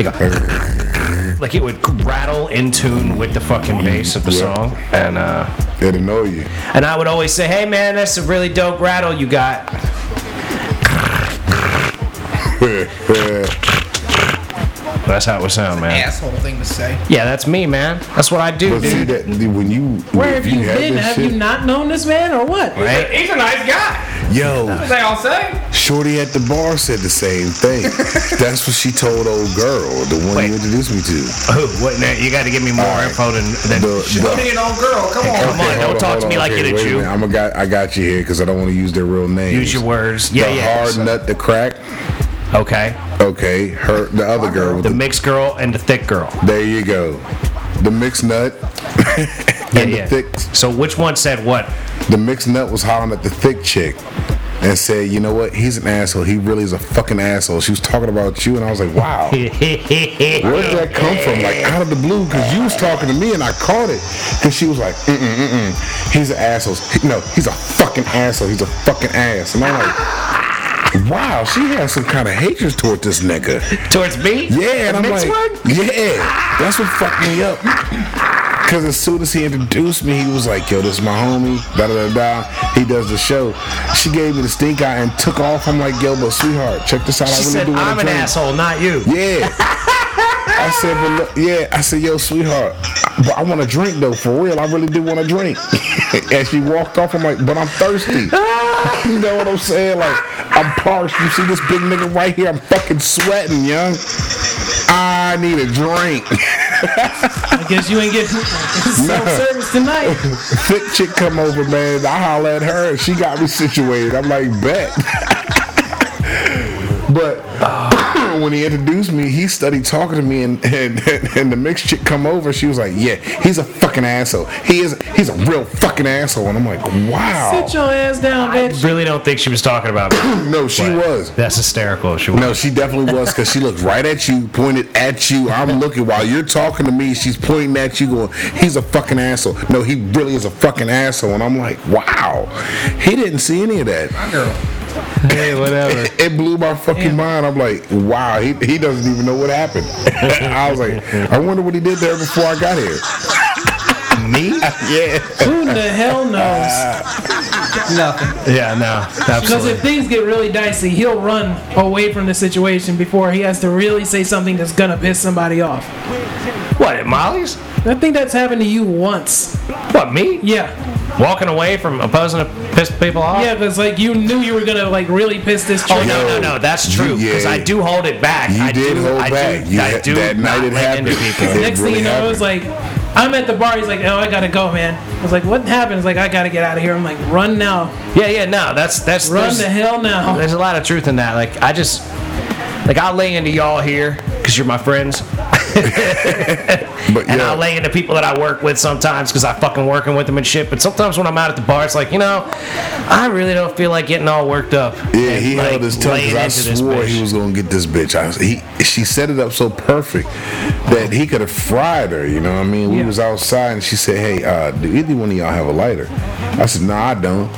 Speaker 1: like it would rattle in tune with the fucking bass of the
Speaker 4: Yeah.
Speaker 1: song, and uh,
Speaker 4: It'd annoy you. (laughs)
Speaker 1: and I would always say, hey man, that's a really dope rattle you got. That's how it would sound, man.
Speaker 2: Asshole thing to say.
Speaker 1: Yeah, that's me, man. That's what I do,
Speaker 4: but see
Speaker 1: dude.
Speaker 4: that when you
Speaker 3: where have
Speaker 4: if
Speaker 3: you
Speaker 4: had
Speaker 3: been?
Speaker 4: this
Speaker 3: Have
Speaker 4: shit-
Speaker 3: you not known this man or what?
Speaker 1: Right?
Speaker 2: He's a nice guy.
Speaker 4: Yo,
Speaker 2: That's all I'll say.
Speaker 4: Shorty at the bar said the same (laughs) thing. That's what she told old girl, the one
Speaker 1: Wait.
Speaker 4: you introduced me to.
Speaker 1: Who? What? Now, you got to give me more
Speaker 4: All right.
Speaker 1: info than. than
Speaker 4: The- the-
Speaker 2: Put it in old girl. Come on.
Speaker 1: Come on, don't talk to me like you're a Jew.
Speaker 4: I'm a guy. I got you here because I don't want to use their real names.
Speaker 1: use your words.
Speaker 4: The
Speaker 1: Yeah, yeah.
Speaker 4: hard nut, the crack.
Speaker 1: Okay.
Speaker 4: Okay, her the other girl. With
Speaker 1: The
Speaker 4: the,
Speaker 1: mixed girl and the thick girl.
Speaker 4: there you go. The
Speaker 1: (laughs)
Speaker 4: mixed nut.
Speaker 1: Yeah,
Speaker 4: and
Speaker 1: yeah.
Speaker 4: the thick.
Speaker 1: So which one said what?
Speaker 4: The mixed nut was hollering at the thick chick. And said, you know what? He's an asshole. He really is a fucking asshole. She was talking about you, and I was like,
Speaker 1: (laughs)
Speaker 4: wow. Where did that come from? Like out of the blue, because you was talking to me and I caught it. Because she was like, mm mm mm mm. He's an asshole. He- no, he's a fucking asshole. He's a fucking ass. And I'm like, wow, she has some kind of hatred toward this nigga.
Speaker 1: (laughs) Towards me?
Speaker 4: Yeah, and
Speaker 1: The
Speaker 4: I'm
Speaker 1: mixed
Speaker 4: like,
Speaker 1: one?
Speaker 4: yeah, that's what fucked me up. Cause as soon as he introduced me, he was like, "Yo, this is my homie." Da da da da. He does the show. She gave me the stink eye and took off. I'm like, "Yo, but sweetheart, check this out.
Speaker 1: She
Speaker 4: I really
Speaker 1: said,
Speaker 4: do want
Speaker 1: I'm
Speaker 4: to
Speaker 1: an
Speaker 4: drink."
Speaker 1: asshole, not you.
Speaker 4: Yeah. I said, but look, yeah. I said, yo, sweetheart, I- but I want a drink though. For real, I really do want a drink. (laughs) and she walked off. I'm like, but I'm thirsty. (laughs) you know what I'm saying? Like, I'm parched. You see this big nigga right here? I'm fucking sweating, young. I need a drink.
Speaker 3: I guess you ain't
Speaker 4: (laughs)
Speaker 3: getting self-service tonight.
Speaker 4: Thick chick come over, man. I holler at her, and she got me situated. I'm like, bet. (laughs) but (coughs) when he introduced me, he studied talking to me, and, and and the mixed chick come over. She was like, yeah, he's a fucking asshole. He is. He's a real fucking asshole. And I'm like, wow.
Speaker 3: Sit your ass down,
Speaker 4: (laughs)
Speaker 1: I
Speaker 3: bitch.
Speaker 1: really don't think she was talking about
Speaker 4: (clears throat)
Speaker 1: me.
Speaker 4: No, she
Speaker 1: But
Speaker 4: was.
Speaker 1: That's hysterical. She was.
Speaker 4: No, she definitely was because she looked right at you, pointed at you. I'm looking while you're talking to me. She's pointing at you, going, "He's a fucking asshole." No, he really is a fucking asshole. And I'm like, "Wow, he didn't see any of that."
Speaker 2: My
Speaker 4: (laughs)
Speaker 2: girl.
Speaker 1: Hey, whatever.
Speaker 4: It, it blew my fucking mind. I'm like, "Wow, he, he doesn't even know what happened." (laughs) I was like, "I wonder what he did there before I got here."
Speaker 1: me?
Speaker 4: Yeah,
Speaker 3: Who the hell
Speaker 4: (laughs)
Speaker 3: knows?
Speaker 2: Nothing.
Speaker 1: Yeah, no.
Speaker 3: Because
Speaker 1: Absolutely.
Speaker 3: if things get really dicey, he'll run away from the situation before he has to really say something that's gonna piss somebody off.
Speaker 1: What, at Molly's?
Speaker 3: I think that's happened to you once.
Speaker 1: What, me?
Speaker 3: Yeah,
Speaker 1: Walking away from opposing to piss people
Speaker 4: Oh.
Speaker 1: off?
Speaker 3: yeah, because like you knew you were gonna like really piss this chick
Speaker 1: Oh no,
Speaker 3: off.
Speaker 1: no, no! That's true
Speaker 4: You- yeah.
Speaker 1: because I do hold it back.
Speaker 4: You
Speaker 1: I
Speaker 4: did
Speaker 1: do,
Speaker 4: hold
Speaker 1: I
Speaker 4: back.
Speaker 1: Do,
Speaker 4: You
Speaker 1: I
Speaker 4: had-
Speaker 1: do
Speaker 4: that
Speaker 1: not
Speaker 4: night it
Speaker 1: let into
Speaker 4: happened.
Speaker 1: people.
Speaker 4: It (laughs)
Speaker 3: Next
Speaker 4: really
Speaker 3: thing you know,
Speaker 4: happened.
Speaker 3: it was like, I'm at the bar. He's like, oh, I gotta go, man. I was like, what happened? He's like, I gotta get out of here. I'm like, run now,
Speaker 1: yeah, yeah, no, that's that's
Speaker 3: run
Speaker 1: there's-
Speaker 3: the hell now.
Speaker 1: There's a lot of truth in that. Like I just like I lay into y'all here because you're my friends,
Speaker 4: but
Speaker 1: and
Speaker 4: yeah,
Speaker 1: I lay into people that I work with sometimes because I fucking working with them and shit. But sometimes when I'm out at the bar, it's like you know, I really don't feel like getting all worked up.
Speaker 4: Yeah,
Speaker 1: and,
Speaker 4: he
Speaker 1: like,
Speaker 4: held his tongue
Speaker 1: laying
Speaker 4: because I
Speaker 1: into this
Speaker 4: swore
Speaker 1: bitch.
Speaker 4: he was gonna get this bitch. I was, he she set it up so perfect that he could have fried her. You know what I mean? We
Speaker 3: Yeah.
Speaker 4: was outside and she said, "Hey, uh, do either one of y'all have a lighter?" I said, "No, I don't."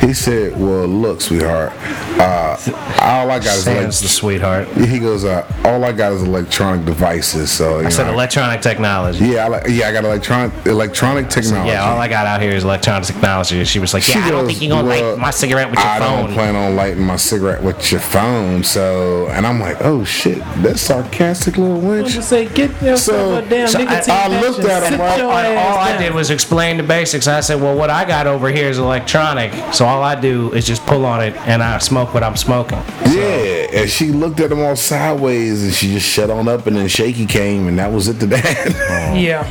Speaker 4: He said, "Well, look, sweetheart, uh, all I got is
Speaker 1: Sam's the
Speaker 4: like."
Speaker 1: sweetheart.
Speaker 4: He goes, uh, "All I got is electronic devices." So you
Speaker 1: I said
Speaker 4: know,
Speaker 1: electronic technology.
Speaker 4: yeah, I like, yeah, I got electronic electronic technology.
Speaker 1: Yeah, all I got out here is electronic technology. She was like,
Speaker 4: She
Speaker 1: "Yeah, I don't
Speaker 4: goes,
Speaker 1: think you're gonna
Speaker 4: "Well,
Speaker 1: light my cigarette with your
Speaker 4: I
Speaker 1: phone."
Speaker 4: don't plan on lighting my cigarette with your phone. So, and I'm like, oh shit, that sarcastic little
Speaker 3: I
Speaker 4: wench.
Speaker 3: just say, get yourself
Speaker 4: So-
Speaker 3: a damn
Speaker 1: so I-
Speaker 3: nicotine
Speaker 4: I looked
Speaker 3: patch
Speaker 4: at
Speaker 3: and
Speaker 4: him,
Speaker 3: sit
Speaker 4: right?
Speaker 3: your
Speaker 1: And
Speaker 3: ass
Speaker 1: all I
Speaker 3: down.
Speaker 1: did was explain the basics. I said, "Well, what I got over here is electronic, so all I do is just pull on it and I smoke what I'm smoking."
Speaker 4: Yeah, and she looked at him all sideways, and she just shut on up. And then Shaky came, and that was it to that.
Speaker 1: Oh,
Speaker 3: Yeah,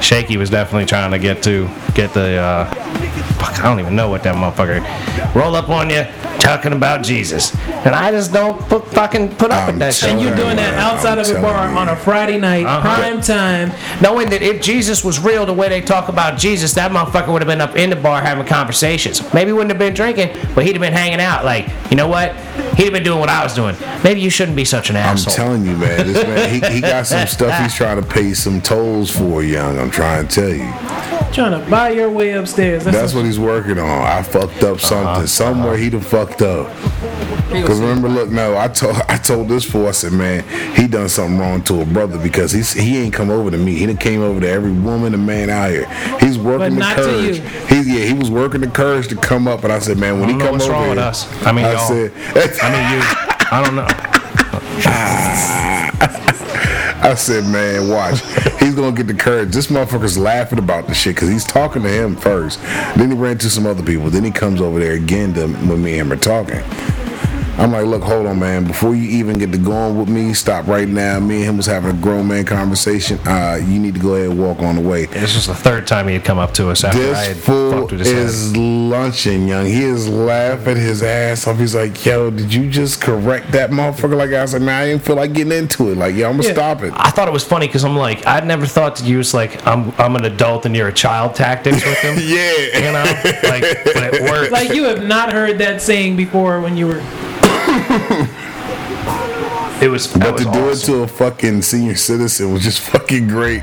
Speaker 1: Shaky was definitely trying to get to get the uh, fuck. I don't even know what that motherfucker roll up on you talking about Jesus, and I just don't put, fucking put up
Speaker 4: I'm
Speaker 1: with that shit.
Speaker 4: telling
Speaker 3: you doing that
Speaker 4: Wow,
Speaker 3: outside of a
Speaker 4: I'm
Speaker 3: bar
Speaker 4: telling you.
Speaker 3: on a Friday night,
Speaker 1: Uh-huh.
Speaker 3: prime time.
Speaker 1: Knowing that if Jesus was real, the way they talk about Jesus, that motherfucker would have been up in the bar having conversations. Maybe he wouldn't have been drinking, but he'd have been hanging out. Like, you know what? He'd have been doing what I was doing. Maybe you shouldn't be such an
Speaker 4: (laughs) I'm
Speaker 1: asshole.
Speaker 4: telling you, man, this man, he, he got some stuff he's trying to pay some tolls for, young. I'm trying to tell you.
Speaker 3: Trying to buy your way upstairs. That's,
Speaker 4: That's what he's working on. I fucked
Speaker 1: Uh-huh.
Speaker 4: up something. Somewhere he done fucked up. Cause remember, look, no, I told I told this fool. I said, man, he done something wrong to a brother because he's he ain't come over to me. He done came over to every woman and man out here. He's working
Speaker 3: not to
Speaker 4: the courage.
Speaker 3: you.
Speaker 4: He's yeah, he was working the courage to come up. And I said, man, when
Speaker 1: I don't
Speaker 4: he
Speaker 1: know
Speaker 4: come
Speaker 1: what's
Speaker 4: over
Speaker 1: wrong with
Speaker 4: here,
Speaker 1: us. I mean,
Speaker 4: I
Speaker 1: y'all.
Speaker 4: said,
Speaker 1: I mean, you. I don't know.
Speaker 4: I said, man, watch. He's gonna get the courage. This motherfucker's laughing about the shit because he's talking to him first. Then he ran to some other people. Then he comes over there again to, when me and him are talking. I'm like, look, hold on, man. Before you even get to going with me, stop right now. Me and him was having a grown man conversation. Uh, you need to go ahead and walk on the way.
Speaker 1: This was the third time he had come up to us after I had fucked
Speaker 4: This fool
Speaker 1: with his head.
Speaker 4: is lunching, young. He is laughing his ass off. He's like, yo, did you just correct that motherfucker? Like, I was like, man, I didn't feel like getting into it. Like, yo, I'm going to
Speaker 3: Yeah.
Speaker 4: stop it.
Speaker 1: I thought it was funny because I'm like, I'd never thought to use like I'm I'm an adult and you're a child tactics with him.
Speaker 4: (laughs) Yeah.
Speaker 1: You know, like, but it worked.
Speaker 3: Like you have not heard that saying before when you were.
Speaker 1: it was. That
Speaker 4: But
Speaker 1: was
Speaker 4: to do
Speaker 1: awesome.
Speaker 4: it to a fucking senior citizen was just (laughs) fucking great.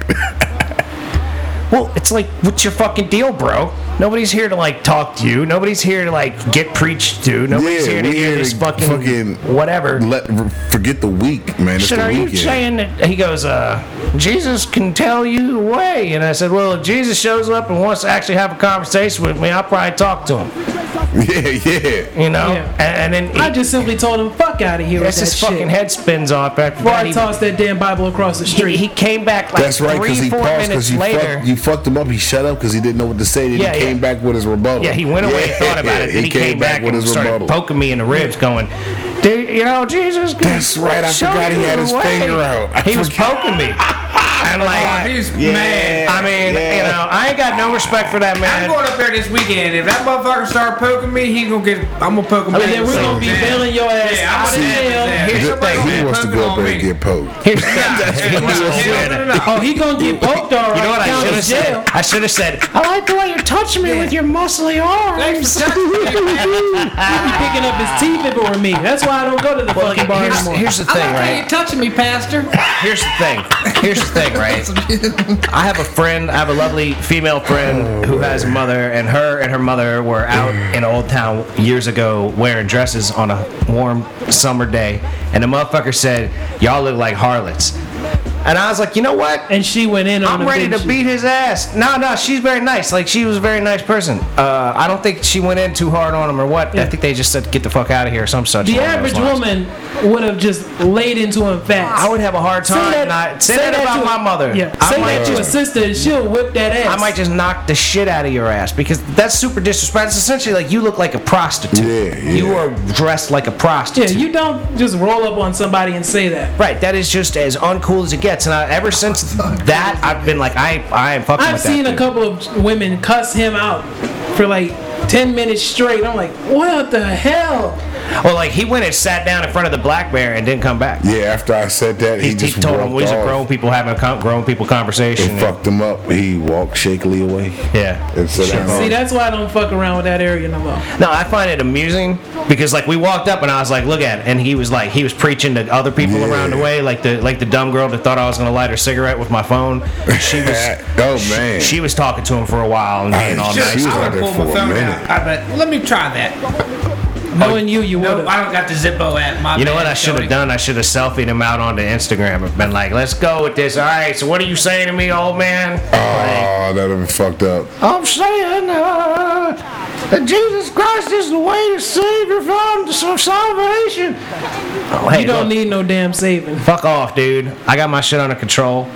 Speaker 1: Well, it's like, what's your fucking deal, bro? Nobody's here to like talk to you. Nobody's here to like get preached to. Nobody's
Speaker 4: Yeah,
Speaker 1: here to
Speaker 4: we
Speaker 1: hear
Speaker 4: here
Speaker 1: this
Speaker 4: to
Speaker 1: fucking,
Speaker 4: fucking
Speaker 1: whatever.
Speaker 4: Let forget the week, man. It's
Speaker 1: Shit,
Speaker 4: the
Speaker 1: are
Speaker 4: weekend.
Speaker 1: you saying that he goes, uh, Jesus can tell you the way? And I said, Well, if Jesus shows up and wants to actually have a conversation with me, I'll probably talk to him.
Speaker 4: (laughs) Yeah, yeah.
Speaker 1: You know?
Speaker 3: Yeah.
Speaker 1: And, and then
Speaker 3: I
Speaker 1: he,
Speaker 3: just simply told him, "Fuck out of here with
Speaker 1: that's
Speaker 3: that
Speaker 1: his
Speaker 3: shit."
Speaker 1: fucking head spins off after
Speaker 3: Before
Speaker 1: that.
Speaker 3: I
Speaker 1: He,
Speaker 3: tossed that damn Bible across the
Speaker 1: he, (laughs)
Speaker 3: street.
Speaker 1: he came back like
Speaker 4: That's right, because
Speaker 1: three,
Speaker 4: he
Speaker 1: four
Speaker 4: paused
Speaker 1: minutes
Speaker 4: because you,
Speaker 1: later.
Speaker 4: fucked- you fucked him up. He shut up because he didn't know what to say. Then
Speaker 1: Yeah,
Speaker 4: he
Speaker 1: yeah.
Speaker 4: came back with his rebuttal.
Speaker 1: Yeah, he went away
Speaker 4: (laughs)
Speaker 1: and thought about it. Then he, came, back, and started poking me in the ribs, going, "Dude, you know, Jesus." can
Speaker 4: That's right, I
Speaker 1: show
Speaker 4: forgot he
Speaker 1: you
Speaker 4: had
Speaker 1: the
Speaker 4: his
Speaker 1: way."
Speaker 4: finger out. I
Speaker 1: he was poking
Speaker 4: (laughs)
Speaker 1: me. I'm
Speaker 2: Oh,
Speaker 1: like,
Speaker 2: he's mad.
Speaker 1: I mean, you know, I ain't got no respect for that
Speaker 2: I'm
Speaker 1: man. (laughs)
Speaker 2: going up there this weekend. If that motherfucker start poking me, he gonna get. I'm gonna poke him.
Speaker 3: I mean,
Speaker 2: back
Speaker 3: then we're
Speaker 2: the same
Speaker 3: gonna be
Speaker 2: time.
Speaker 3: bailing your ass
Speaker 2: Yeah,
Speaker 3: out
Speaker 2: I'm
Speaker 3: of hell.
Speaker 2: mad.
Speaker 1: Here's
Speaker 2: Here's
Speaker 1: the thing.
Speaker 4: He wants to go up there and get poked.
Speaker 1: Here's
Speaker 2: Here's what I'm saying.
Speaker 3: Oh, he gonna get poked all right.
Speaker 1: You know what I
Speaker 3: down
Speaker 1: should
Speaker 3: to
Speaker 1: have
Speaker 3: jail.
Speaker 1: said? I should have said, "I like the way you're touching me with your muscly
Speaker 2: Thanks
Speaker 1: arms."
Speaker 2: for touching me.
Speaker 1: (laughs)
Speaker 3: He'd be picking up his teeth if it were me. That's why I don't go to the
Speaker 1: Well,
Speaker 3: fucking bar
Speaker 1: here's,
Speaker 3: anymore.
Speaker 1: here's the
Speaker 2: I
Speaker 1: thing,
Speaker 2: like how
Speaker 1: right?
Speaker 2: you touching me, Pastor.
Speaker 1: (laughs) Here's the thing. Here's the thing, right? I have a friend. I have a lovely female friend who has a mother, and her and her mother were out in Old Town years ago wearing dresses on a warm summer day, and the motherfucker said, "Y'all look like harlots," and I was like, "You know what?
Speaker 3: and she went in on
Speaker 1: I'm
Speaker 3: him.
Speaker 1: ready
Speaker 3: didn't
Speaker 1: to
Speaker 3: she?
Speaker 1: beat his ass. No, no, she's very nice. Like she was a very nice person. Uh, I don't think she went in too hard on him or what. I think they just said get the fuck out of here or some such.
Speaker 3: The
Speaker 1: along those
Speaker 3: average
Speaker 1: lines.
Speaker 3: woman would have just laid into him fast.
Speaker 1: I would have a hard
Speaker 3: Say
Speaker 1: time not say, that,
Speaker 3: to
Speaker 1: about
Speaker 3: a-
Speaker 1: my mother.
Speaker 3: Yeah,
Speaker 1: I
Speaker 3: say
Speaker 1: might
Speaker 3: that to a
Speaker 1: just
Speaker 3: sister, and she'll whip that ass.
Speaker 1: I might just knock the shit out of your ass because that's super disrespectful. It's essentially like you look like a prostitute.
Speaker 4: Yeah,
Speaker 1: You
Speaker 4: yeah.
Speaker 1: are dressed like a
Speaker 3: Yeah,
Speaker 1: prostitute.
Speaker 3: you don't just roll up on somebody and say that.
Speaker 1: Right, that is just as uncool as it gets, and I, ever since that, I've been like, I, I am fucking.
Speaker 3: I've
Speaker 1: with
Speaker 3: seen
Speaker 1: that dude.
Speaker 3: a couple of women cuss him out for like ten minutes straight. I'm like, what the hell?
Speaker 1: Well, like he went and sat down in front of the black bear and didn't come back.
Speaker 4: Yeah, after I said that, he,
Speaker 1: He, he
Speaker 4: just
Speaker 1: told
Speaker 4: walked
Speaker 1: him these are
Speaker 4: off
Speaker 1: grown people having a con- grown people conversation.
Speaker 4: and
Speaker 1: and-
Speaker 4: fucked him up. He walked shakily away.
Speaker 1: yeah.
Speaker 4: And so that-
Speaker 3: See, that's why I don't fuck around with that area no more.
Speaker 1: No, I find it amusing because like we walked up and I was like, look at it, and he was like, he was preaching to other people
Speaker 4: Yeah.
Speaker 1: around the way, like the like the dumb girl that thought I was gonna light her cigarette with my phone. She was.
Speaker 4: (laughs) oh man,
Speaker 1: She was talking to him for a while and being all
Speaker 4: she
Speaker 1: nice.
Speaker 4: was
Speaker 2: I
Speaker 4: out
Speaker 2: would've
Speaker 4: there
Speaker 2: pulled
Speaker 4: for
Speaker 2: my
Speaker 4: a
Speaker 2: phone out.
Speaker 4: minute.
Speaker 2: I bet. Let me try that.
Speaker 3: Knowing you, you would
Speaker 2: No,
Speaker 3: have.
Speaker 2: I don't got the Zippo app. My
Speaker 1: You know
Speaker 2: bad,
Speaker 1: what I should
Speaker 2: Tony. (laughs)
Speaker 1: have done? I should have selfied him out onto Instagram and been like, "Let's go with this." All right, so what are you saying to me, old man?
Speaker 4: Oh, that'd have been fucked up.
Speaker 1: I'm saying uh, that Jesus Christ is the way to Savior from salvation. Oh, hey,
Speaker 3: You don't
Speaker 1: look,
Speaker 3: need no damn saving.
Speaker 1: fuck off, dude. I got my shit under control.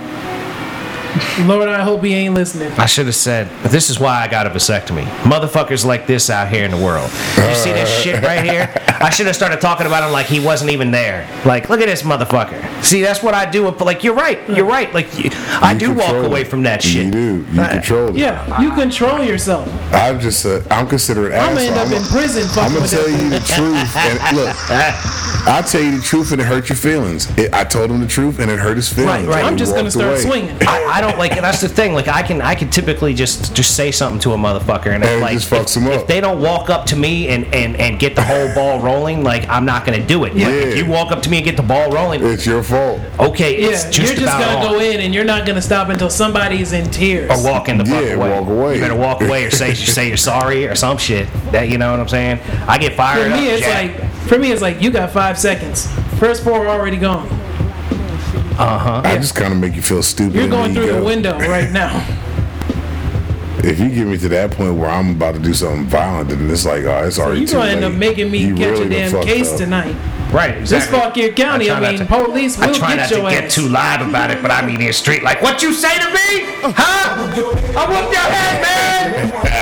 Speaker 3: Lord, I hope he ain't listening.
Speaker 1: I should have said, but this is why I got a vasectomy. Motherfuckers like this out here in the world. You see this
Speaker 4: Uh.
Speaker 1: shit right here? I should have started talking about him like he wasn't even there. Like, look at this motherfucker. See, that's what I do. But like, you're right. You're right. Like, you, I
Speaker 4: You
Speaker 1: do walk
Speaker 4: control
Speaker 1: away
Speaker 4: it.
Speaker 1: from that shit.
Speaker 4: You do. You
Speaker 1: I-
Speaker 4: control it.
Speaker 3: Yeah, you control yourself.
Speaker 4: I'm just a. I'm considered an
Speaker 3: I'm gonna end up
Speaker 4: asshole.
Speaker 3: in prison
Speaker 4: I'm
Speaker 3: fucking
Speaker 4: gonna
Speaker 3: with
Speaker 4: tell
Speaker 3: that.
Speaker 4: you the
Speaker 3: (laughs)
Speaker 4: truth. And look, I tell you the truth, and it hurt your feelings. It, I told him the truth, and it hurt his
Speaker 1: Right,
Speaker 4: feelings.
Speaker 1: right.
Speaker 4: and
Speaker 3: I'm
Speaker 4: he
Speaker 3: just gonna
Speaker 4: walked
Speaker 3: start
Speaker 4: away.
Speaker 3: swinging.
Speaker 1: I, I don't like, and that's the thing. Like, I can, I can typically just, just say something to a motherfucker, and,
Speaker 4: And
Speaker 1: it's
Speaker 4: it
Speaker 1: like,
Speaker 4: just fucks
Speaker 1: if,
Speaker 4: him
Speaker 1: if
Speaker 4: up.
Speaker 1: they don't walk up to me and, and and get the whole ball rolling, like, I'm not gonna do it. Like, if
Speaker 4: Yeah.
Speaker 1: you walk up to me and get the ball rolling,
Speaker 4: It's your fault.
Speaker 1: okay,
Speaker 3: Yeah,
Speaker 1: it's just
Speaker 3: you're just
Speaker 1: about
Speaker 3: gonna
Speaker 1: on.
Speaker 3: go in and you're not gonna stop until somebody's in tears.
Speaker 1: or walking the fuck
Speaker 4: Yeah,
Speaker 1: away.
Speaker 4: walk away.
Speaker 1: You better walk away or
Speaker 4: (laughs)
Speaker 1: say say you're sorry or some shit. That you know what I'm saying? I get
Speaker 3: For
Speaker 1: fired up.
Speaker 3: me, it's
Speaker 1: Jack.
Speaker 3: like for me, it's like you got five seconds. First four are already gone.
Speaker 1: Uh-huh.
Speaker 4: I just kind of make you feel stupid.
Speaker 3: You're
Speaker 4: and
Speaker 3: going
Speaker 4: then
Speaker 3: through
Speaker 4: you
Speaker 3: the
Speaker 4: go.
Speaker 3: window right
Speaker 4: (laughs)
Speaker 3: now.
Speaker 4: If you get me to that point where I'm about to do something violent, then it's like, oh, it's already
Speaker 3: You're
Speaker 4: too
Speaker 3: gonna
Speaker 4: late.
Speaker 3: end up making me
Speaker 4: You
Speaker 3: catch
Speaker 4: really
Speaker 3: a
Speaker 4: done
Speaker 3: damn
Speaker 4: fucked
Speaker 3: case
Speaker 4: up.
Speaker 3: tonight.
Speaker 1: right,
Speaker 3: This
Speaker 1: exactly.
Speaker 3: Fauquier County, I,
Speaker 1: try
Speaker 3: mean,
Speaker 1: not to-
Speaker 3: police will
Speaker 1: I try
Speaker 3: get
Speaker 1: not
Speaker 3: your
Speaker 1: to get
Speaker 3: ass.
Speaker 1: too live about it, but I mean in the street, like, what you say to me? Huh? I whoop your head,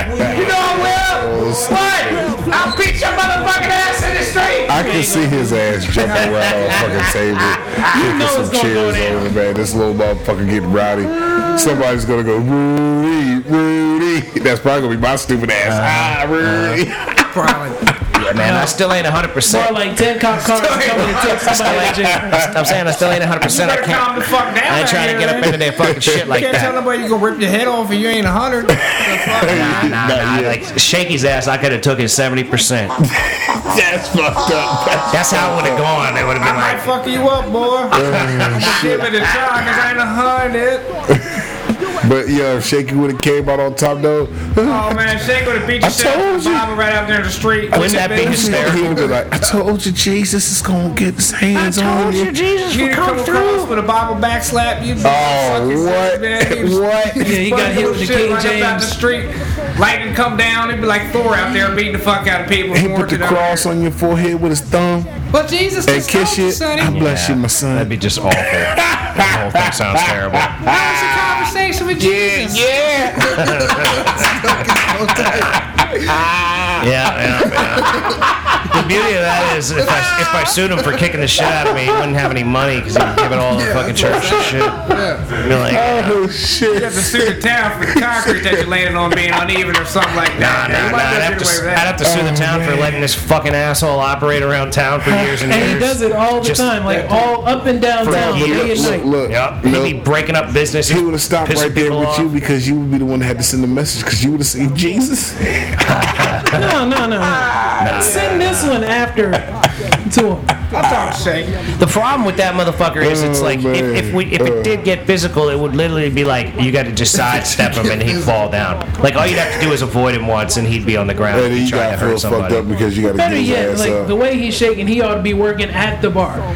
Speaker 1: man. You know I will. What? I'll beat your motherfucking ass in the street.
Speaker 4: I I can see his ass jumping right off fucking table, kicking
Speaker 3: know
Speaker 4: some
Speaker 3: it's gonna go
Speaker 4: chairs
Speaker 3: down.
Speaker 4: over, man. This little motherfucker getting rowdy. Somebody's gonna go Rudy, Rudy. That's probably gonna be my stupid ass. ah, Rudy.
Speaker 2: Probably.
Speaker 1: Yeah, man, I still ain't 100.
Speaker 3: More
Speaker 1: percent
Speaker 3: like ten
Speaker 4: (laughs)
Speaker 3: cop
Speaker 1: (laughs)
Speaker 3: cars coming to take somebody out of jail.
Speaker 1: I'm saying I still ain't 100. percent I
Speaker 2: Better calm
Speaker 1: can't.
Speaker 2: the fuck down.
Speaker 1: I ain't trying to get up into their fucking shit like
Speaker 2: Can't tell
Speaker 1: that.
Speaker 2: nobody you gonna rip your head off if you ain't a hundred.
Speaker 4: (laughs)
Speaker 1: Nah, nah,
Speaker 4: Not
Speaker 1: nah.
Speaker 4: yet.
Speaker 1: Like Shaky's ass, I could have took his 70. percent
Speaker 4: (laughs) That's fucked up.
Speaker 1: That's how it would have gone. It would have
Speaker 2: I
Speaker 1: been
Speaker 2: might
Speaker 1: like,
Speaker 2: fuck you up,
Speaker 4: Oh,
Speaker 2: boy. Give it a try, cause I ain't a hundred.
Speaker 4: But yo, if Shaky would have came out on top though,
Speaker 2: Oh man, Shane gonna beat
Speaker 4: I
Speaker 2: yourself.
Speaker 4: told you.
Speaker 2: Bob right out there in the street.
Speaker 1: Wouldn't that be
Speaker 4: he
Speaker 1: hysterical?
Speaker 4: would be like, "I told you, Jesus is gonna get his hands on you."
Speaker 1: Jesus
Speaker 2: You come across with a Bible back slap. You
Speaker 4: Oh,
Speaker 2: suck his ass,
Speaker 4: what?
Speaker 2: man. You
Speaker 4: What?
Speaker 3: Yeah, he got hit with the
Speaker 2: Shit
Speaker 3: King
Speaker 2: right up out the
Speaker 3: James.
Speaker 2: street. Lightning come down. It'd be like Thor out there beating the fuck out of people.
Speaker 4: He put the cross on your forehead with his thumb
Speaker 2: But Jesus,
Speaker 4: and
Speaker 2: just
Speaker 4: kiss
Speaker 2: told you,
Speaker 4: it. I
Speaker 2: Sonny.
Speaker 4: bless you, my son.
Speaker 1: That'd be just awful. the whole thing sounds
Speaker 4: (laughs)
Speaker 1: terrible.
Speaker 2: It's a conversation with Jesus.
Speaker 4: yeah.
Speaker 1: Yeah, yeah, yeah. The beauty of that is if I, if I sued him for kicking the shit out of me, he wouldn't have any money because he'd give it all to the fucking church and shit. Be like,
Speaker 4: Oh
Speaker 2: You have to
Speaker 4: shit.
Speaker 2: sue the town for the concrete that you're landing on being uneven or something like
Speaker 1: nah,
Speaker 2: that.
Speaker 1: nah,
Speaker 2: You
Speaker 1: nah.
Speaker 2: might
Speaker 1: I'd
Speaker 2: not
Speaker 1: have,
Speaker 2: get
Speaker 1: to,
Speaker 2: away with
Speaker 1: I'd
Speaker 2: that.
Speaker 1: have to sue the town for letting this fucking asshole operate around town for years and years.
Speaker 3: And he does it all the
Speaker 1: Just-
Speaker 3: time, like all up and down
Speaker 1: For
Speaker 3: town, day
Speaker 1: years.
Speaker 3: and
Speaker 4: Look,
Speaker 3: night.
Speaker 4: look.
Speaker 1: Yep.
Speaker 4: nope.
Speaker 1: He'd be breaking up business.
Speaker 4: He would have stopped
Speaker 1: pissing
Speaker 4: right there
Speaker 1: people
Speaker 4: with
Speaker 1: off.
Speaker 4: you because you would be the one that had to send the message because you would have seen Jesus.
Speaker 3: No, no, no.
Speaker 4: (laughs)
Speaker 3: no. Send this one after to him.
Speaker 2: I'll talk to Shane.
Speaker 1: The problem with that motherfucker is it's
Speaker 4: Oh,
Speaker 1: like
Speaker 4: man.
Speaker 1: if, if we if
Speaker 4: Oh.
Speaker 1: it did get physical, it would literally be like you got to just sidestep him and he'd fall down. Like all you'd have to do is avoid him once and he'd be on the ground.
Speaker 4: And
Speaker 1: if
Speaker 4: then
Speaker 1: he
Speaker 4: you
Speaker 1: tried
Speaker 4: got
Speaker 1: to hurt
Speaker 4: real fucked
Speaker 1: somebody.
Speaker 4: up because you got to get
Speaker 3: Better
Speaker 4: his
Speaker 3: yet,
Speaker 4: ass
Speaker 3: like
Speaker 4: up.
Speaker 3: the way he's shaking, he ought to be working at the bar.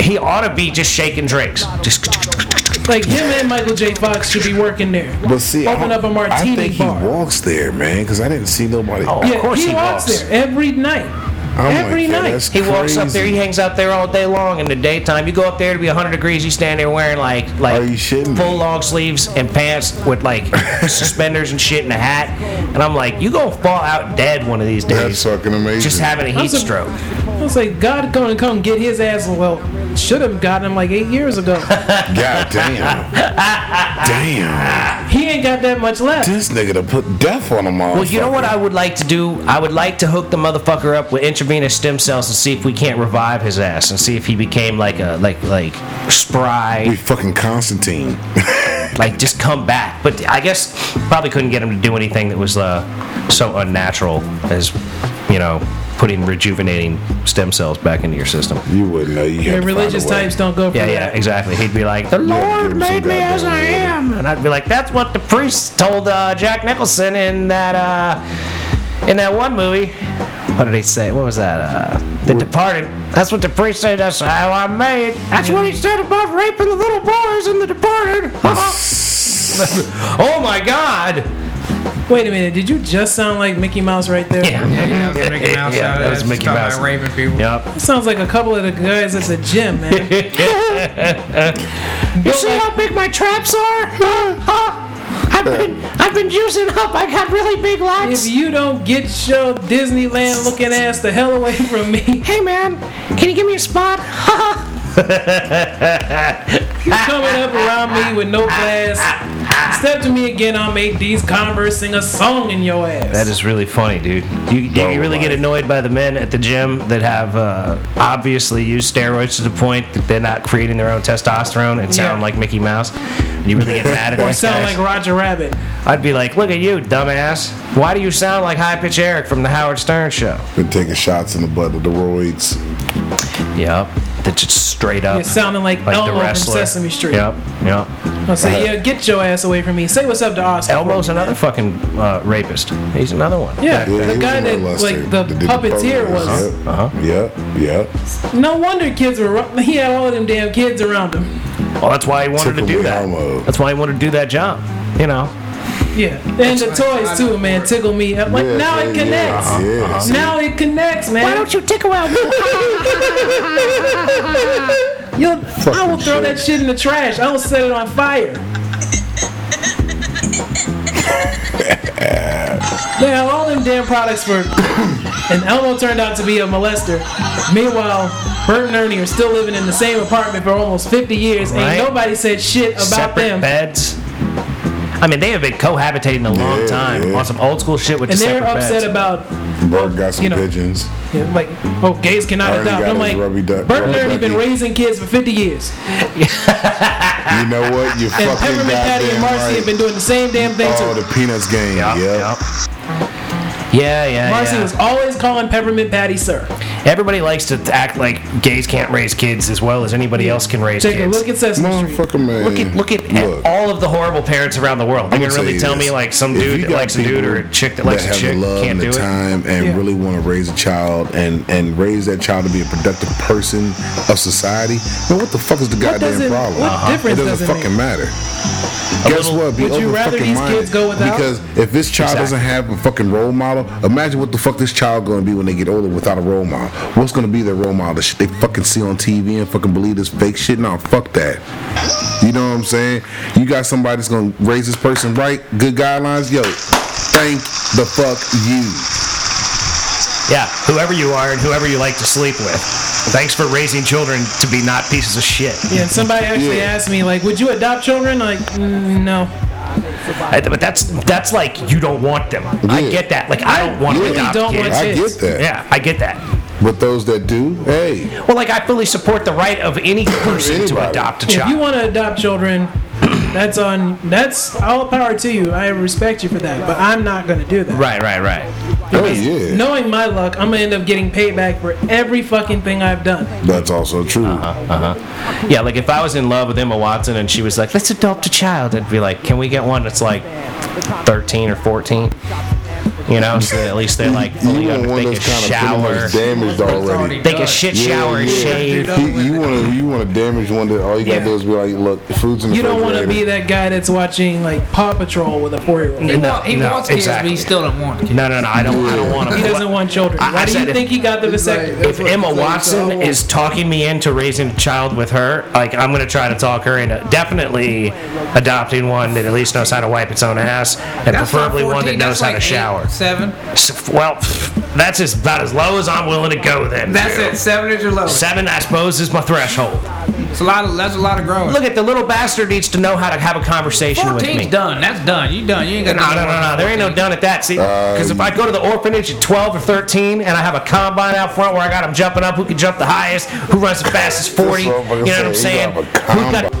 Speaker 1: He ought to be just shaking drinks. Just
Speaker 3: Like him and Michael J. Fox should be working there.
Speaker 4: but see, I,
Speaker 3: open
Speaker 4: don't-
Speaker 3: up a
Speaker 4: I
Speaker 3: martini
Speaker 4: think
Speaker 3: bar.
Speaker 4: he walks there, man, because I didn't see nobody.
Speaker 1: Oh,
Speaker 3: Yeah,
Speaker 1: of course
Speaker 3: he,
Speaker 1: he
Speaker 3: walks,
Speaker 1: walks.
Speaker 3: there every night.
Speaker 4: I'm like,
Speaker 3: every
Speaker 4: yeah,
Speaker 3: night.
Speaker 4: that's
Speaker 1: he walks up there.
Speaker 4: crazy.
Speaker 1: He hangs out there all day long in the daytime. You go up there to be 100 degrees. You stand there wearing like like
Speaker 4: Are you shitting me?
Speaker 1: full long sleeves and pants with like
Speaker 4: (laughs)
Speaker 1: suspenders and shit and a hat. And I'm like, you gonna fall out dead one of these
Speaker 4: That's
Speaker 1: days.
Speaker 4: fucking amazing.
Speaker 1: Just having a
Speaker 3: I'm
Speaker 1: heat
Speaker 3: sur-
Speaker 1: stroke.
Speaker 3: I was like, God gonna come get his ass. Well, should have gotten him like eight years ago.
Speaker 1: (laughs)
Speaker 4: God damn. damn.
Speaker 3: he ain't got that much left.
Speaker 4: This nigga to put death on him all.
Speaker 1: Well, you know what I would like to do? I would like to hook the motherfucker up with intravenous stem cells and see if we can't revive his ass and see if he became like a like like
Speaker 4: We (laughs)
Speaker 1: spry,
Speaker 4: fucking Constantine. (laughs)
Speaker 1: like just come back. But I guess probably couldn't get him to do anything that was uh, so unnatural as you know putting rejuvenating stem cells back into your system.
Speaker 4: you wouldn't know. You had
Speaker 3: Yeah,
Speaker 4: to find
Speaker 3: religious
Speaker 4: a way.
Speaker 3: types don't go for
Speaker 1: Yeah, yeah,
Speaker 3: that.
Speaker 1: exactly. He'd be like, "The
Speaker 4: give
Speaker 1: Lord
Speaker 4: him some
Speaker 1: made me as I
Speaker 4: goddamn
Speaker 1: am," and I'd be like, "That's what the priest told uh, Jack Nicholson in that uh, in that one movie. What did he say? What was that? Uh, the Departed. That's what the priest said. That's how I'm made. That's what he said about raping the little boys in The Departed. (laughs) oh my God!
Speaker 3: Wait a minute, did you just sound like Mickey Mouse right there?
Speaker 2: Yeah, that was Mickey Mouse.
Speaker 1: Yeah,
Speaker 2: out of
Speaker 1: that was
Speaker 2: Just
Speaker 1: Mickey
Speaker 2: talking
Speaker 1: Mouse.
Speaker 2: about Raven people.
Speaker 1: Yep.
Speaker 3: Sounds like a couple of the guys at the
Speaker 1: (laughs)
Speaker 3: gym, man.
Speaker 1: You see how big my traps are? (laughs) Huh? Huh? I've been I've been using up. I got really big lats.
Speaker 3: if you don't get your Disneyland looking ass the hell away from me,
Speaker 1: Hey man, can you give me a spot?
Speaker 3: you coming up around me with no class, step to me again, I'll make these Converse sing a song in your ass.
Speaker 1: That is really funny, dude. You, do you really get annoyed by the men at the gym that have uh, obviously used steroids to the point that they're not creating their own testosterone and sound
Speaker 3: Yeah.
Speaker 1: like Mickey Mouse? You really get mad at
Speaker 3: or
Speaker 1: these
Speaker 3: sound
Speaker 1: guys?
Speaker 3: like Roger Rabbit.
Speaker 1: I'd be like, look at you, dumbass. Why do you sound like High Pitch Eric from The Howard Stern Show?
Speaker 4: Been taking shots in the butt of the roids.
Speaker 1: Yep. That's just straight up.
Speaker 3: You're sounding like,
Speaker 1: like the
Speaker 3: Elmo from
Speaker 1: wrestler.
Speaker 3: Sesame Street.
Speaker 1: Yep, yep.
Speaker 3: I'll say, yeah, get your ass away from me. Say what's up to Oscar.
Speaker 1: Elmo's another fucking uh, rapist. He's another one.
Speaker 3: Yeah,
Speaker 4: Yeah, he
Speaker 3: the
Speaker 4: was
Speaker 3: guy
Speaker 4: a
Speaker 3: that,
Speaker 4: molester
Speaker 3: like, the
Speaker 4: that did
Speaker 3: puppeteer
Speaker 4: programs.
Speaker 3: was.
Speaker 4: Yep.
Speaker 1: Uh-huh.
Speaker 4: Yep. Yep.
Speaker 3: No wonder kids were. ru- He had all of them damn kids around him.
Speaker 1: Well, that's why he wanted to
Speaker 4: Took
Speaker 1: do
Speaker 4: away
Speaker 1: that.
Speaker 4: Elmo.
Speaker 1: That's why he wanted to do that job. You know,
Speaker 3: Yeah, and the toys too, man. Tickle me. I'm like
Speaker 4: Yeah,
Speaker 3: now it
Speaker 4: yeah, yeah.
Speaker 3: connects.
Speaker 4: Yeah.
Speaker 3: Now it connects, man. Why don't you tickle (laughs) out? Yo, I will throw
Speaker 4: Fucking shit.
Speaker 3: that shit in the trash. I will set it on fire. They had all them damn products for, (coughs) and Elmo turned out to be a molester. Meanwhile, Bert and Ernie are still living in the same apartment for almost 50 years,
Speaker 1: Right.
Speaker 3: and nobody said shit about
Speaker 1: Separate
Speaker 3: them.
Speaker 1: beds. I mean, they have been cohabitating a long
Speaker 4: Yeah,
Speaker 1: time
Speaker 4: yeah.
Speaker 1: on some old school shit with
Speaker 3: And
Speaker 1: the
Speaker 3: they're
Speaker 1: separate
Speaker 3: upset
Speaker 1: beds.
Speaker 3: about
Speaker 4: Bert got some
Speaker 3: You know.
Speaker 4: pigeons.
Speaker 3: Yeah, like, oh, gays cannot
Speaker 4: Already
Speaker 3: adopt.
Speaker 4: got
Speaker 3: I'm
Speaker 4: his
Speaker 3: like,
Speaker 4: rubby duck-
Speaker 3: Bert and
Speaker 4: rubber
Speaker 3: Ernie been
Speaker 4: ducky.
Speaker 3: raising kids for 50 years.
Speaker 4: You know
Speaker 3: (laughs)
Speaker 4: what? You
Speaker 3: And
Speaker 4: fucking
Speaker 3: Peppermint Patty and
Speaker 4: goddamn
Speaker 3: Marcy
Speaker 4: right.
Speaker 3: have been doing the same damn thing
Speaker 4: Oh,
Speaker 3: to
Speaker 4: the Peanuts game.
Speaker 1: Yup,
Speaker 4: yeah.
Speaker 1: yup. Yeah, yeah,
Speaker 3: Marcy
Speaker 1: yeah.
Speaker 3: was always calling Peppermint Patty sir.
Speaker 1: Everybody likes to act like gays can't raise kids as well as anybody else can raise
Speaker 3: Take a
Speaker 1: kids.
Speaker 3: look at Sesame Street.
Speaker 4: Motherfucker, man.
Speaker 1: Look at look at, at all of the horrible parents around the world. You
Speaker 4: I'ma
Speaker 1: can
Speaker 4: tell
Speaker 1: really
Speaker 4: you
Speaker 1: tell
Speaker 4: this.
Speaker 1: me like some
Speaker 4: If you
Speaker 1: dude that
Speaker 4: got
Speaker 1: likes a dude
Speaker 4: people
Speaker 1: or a chick that likes
Speaker 4: have
Speaker 1: a
Speaker 4: the
Speaker 1: chick
Speaker 4: love
Speaker 1: can't
Speaker 4: and
Speaker 1: do
Speaker 4: the
Speaker 1: it.
Speaker 4: time and
Speaker 3: Yeah.
Speaker 4: really want to raise a child and and raise that child to be a productive person of society. Man, what the fuck is the
Speaker 3: does
Speaker 4: goddamn
Speaker 3: it-
Speaker 4: problem?
Speaker 3: what Uh-huh. difference
Speaker 4: it
Speaker 3: does it
Speaker 4: doesn't fucking matter. Guess
Speaker 1: little-
Speaker 4: what? Be
Speaker 3: Would you
Speaker 4: open
Speaker 3: rather
Speaker 4: fucking
Speaker 3: these
Speaker 4: minded.
Speaker 3: kids go without?
Speaker 4: Because if this child
Speaker 1: Exactly.
Speaker 4: doesn't have a fucking role model, imagine what the fuck this child gonna be when they get older without a role model. What's gonna be their role model? The shit they fucking see on TV and fucking believe this fake shit? Nah, fuck that. You know what I'm saying? You got somebody that's gonna raise this person right, good guidelines, yo. Thank the fuck you.
Speaker 1: Yeah, whoever you are and whoever you like to sleep with. Thanks for raising children to be not pieces of shit.
Speaker 3: Yeah, and somebody actually
Speaker 4: Yeah.
Speaker 3: asked me, like, would you adopt children? Like, mm, no.
Speaker 1: I- But that's that's like you don't want them. I
Speaker 4: Yeah.
Speaker 1: get that. Like I don't want
Speaker 4: I
Speaker 1: to
Speaker 4: really
Speaker 1: adopt
Speaker 3: don't want
Speaker 1: kids.
Speaker 4: I
Speaker 3: Yes.
Speaker 4: get that.
Speaker 1: yeah, I get that.
Speaker 4: But those that do, hey,
Speaker 1: Well, like I fully support the right of any person to
Speaker 4: Anybody.
Speaker 1: adopt a
Speaker 3: If
Speaker 1: child.
Speaker 3: you want to adopt children, that's on, that's all power to you. I respect you for that, but I'm not going to do that.
Speaker 1: right, right, right.
Speaker 4: oh yeah.
Speaker 3: Knowing my luck, I'm going to end up getting paid back for every fucking thing I've done.
Speaker 4: That's also true.
Speaker 1: Yeah, like if I was in love with Emma Watson and she was like, "Let's adopt a child," I'd be like, "Can we get one that's like 13 or 14?" You know, so that at least they're like fully
Speaker 4: You
Speaker 1: under.
Speaker 4: want one
Speaker 1: They can
Speaker 4: that's kind
Speaker 1: shower.
Speaker 4: of pretty much damaged already.
Speaker 1: They can shit shower and shave.
Speaker 4: You, you want to you want to damage one that all you gotta
Speaker 3: Yeah.
Speaker 4: do is be like, look, food's in the
Speaker 3: You don't want to be
Speaker 4: refrigerator.
Speaker 3: that guy that's watching, like, Paw Patrol with a four year old.
Speaker 2: He,
Speaker 1: No,
Speaker 2: want- he
Speaker 1: no,
Speaker 2: wants kids,
Speaker 1: exactly.
Speaker 2: but he still don't want kids.
Speaker 1: No, no, no. I don't. I don't want to.
Speaker 3: He doesn't want children.
Speaker 1: I- I
Speaker 3: Why do
Speaker 1: said
Speaker 3: you
Speaker 1: if-
Speaker 3: think he got the vasectomy?
Speaker 1: If Emma Watson
Speaker 2: Oh.
Speaker 1: is talking me into raising a child with her, like I'm gonna try to talk her into definitely adopting one that at least knows how to wipe its own ass, and
Speaker 2: That's not
Speaker 1: preferably one that
Speaker 2: 14,
Speaker 1: knows
Speaker 2: that's
Speaker 1: how to
Speaker 2: like eight,
Speaker 1: shower.
Speaker 2: Seven.
Speaker 1: S- Well, pff, that's as about as low as I'm willing to go. Then
Speaker 2: That's it. Seven is your lowest.
Speaker 1: Seven, I suppose, is my threshold.
Speaker 2: It's a lot of. That's a lot of growing.
Speaker 1: Look at the little bastard needs to know how to have a conversation with me.
Speaker 2: Fourteen's done. That's done. You done. You ain't got
Speaker 1: No, no,
Speaker 2: more
Speaker 1: no, no. There ain't no done at that. See, because if I go to the orphanage at 12 or 13 and I have a combine out front where I got them jumping up, who can jump the highest, who runs the fastest 40, you know what I'm saying? Who got-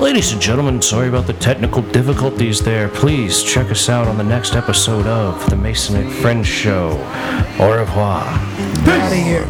Speaker 1: Ladies and gentlemen, sorry about the technical difficulties there. Please check us out on the next episode of The Mason and Friends Show. Au revoir.
Speaker 4: Out of here.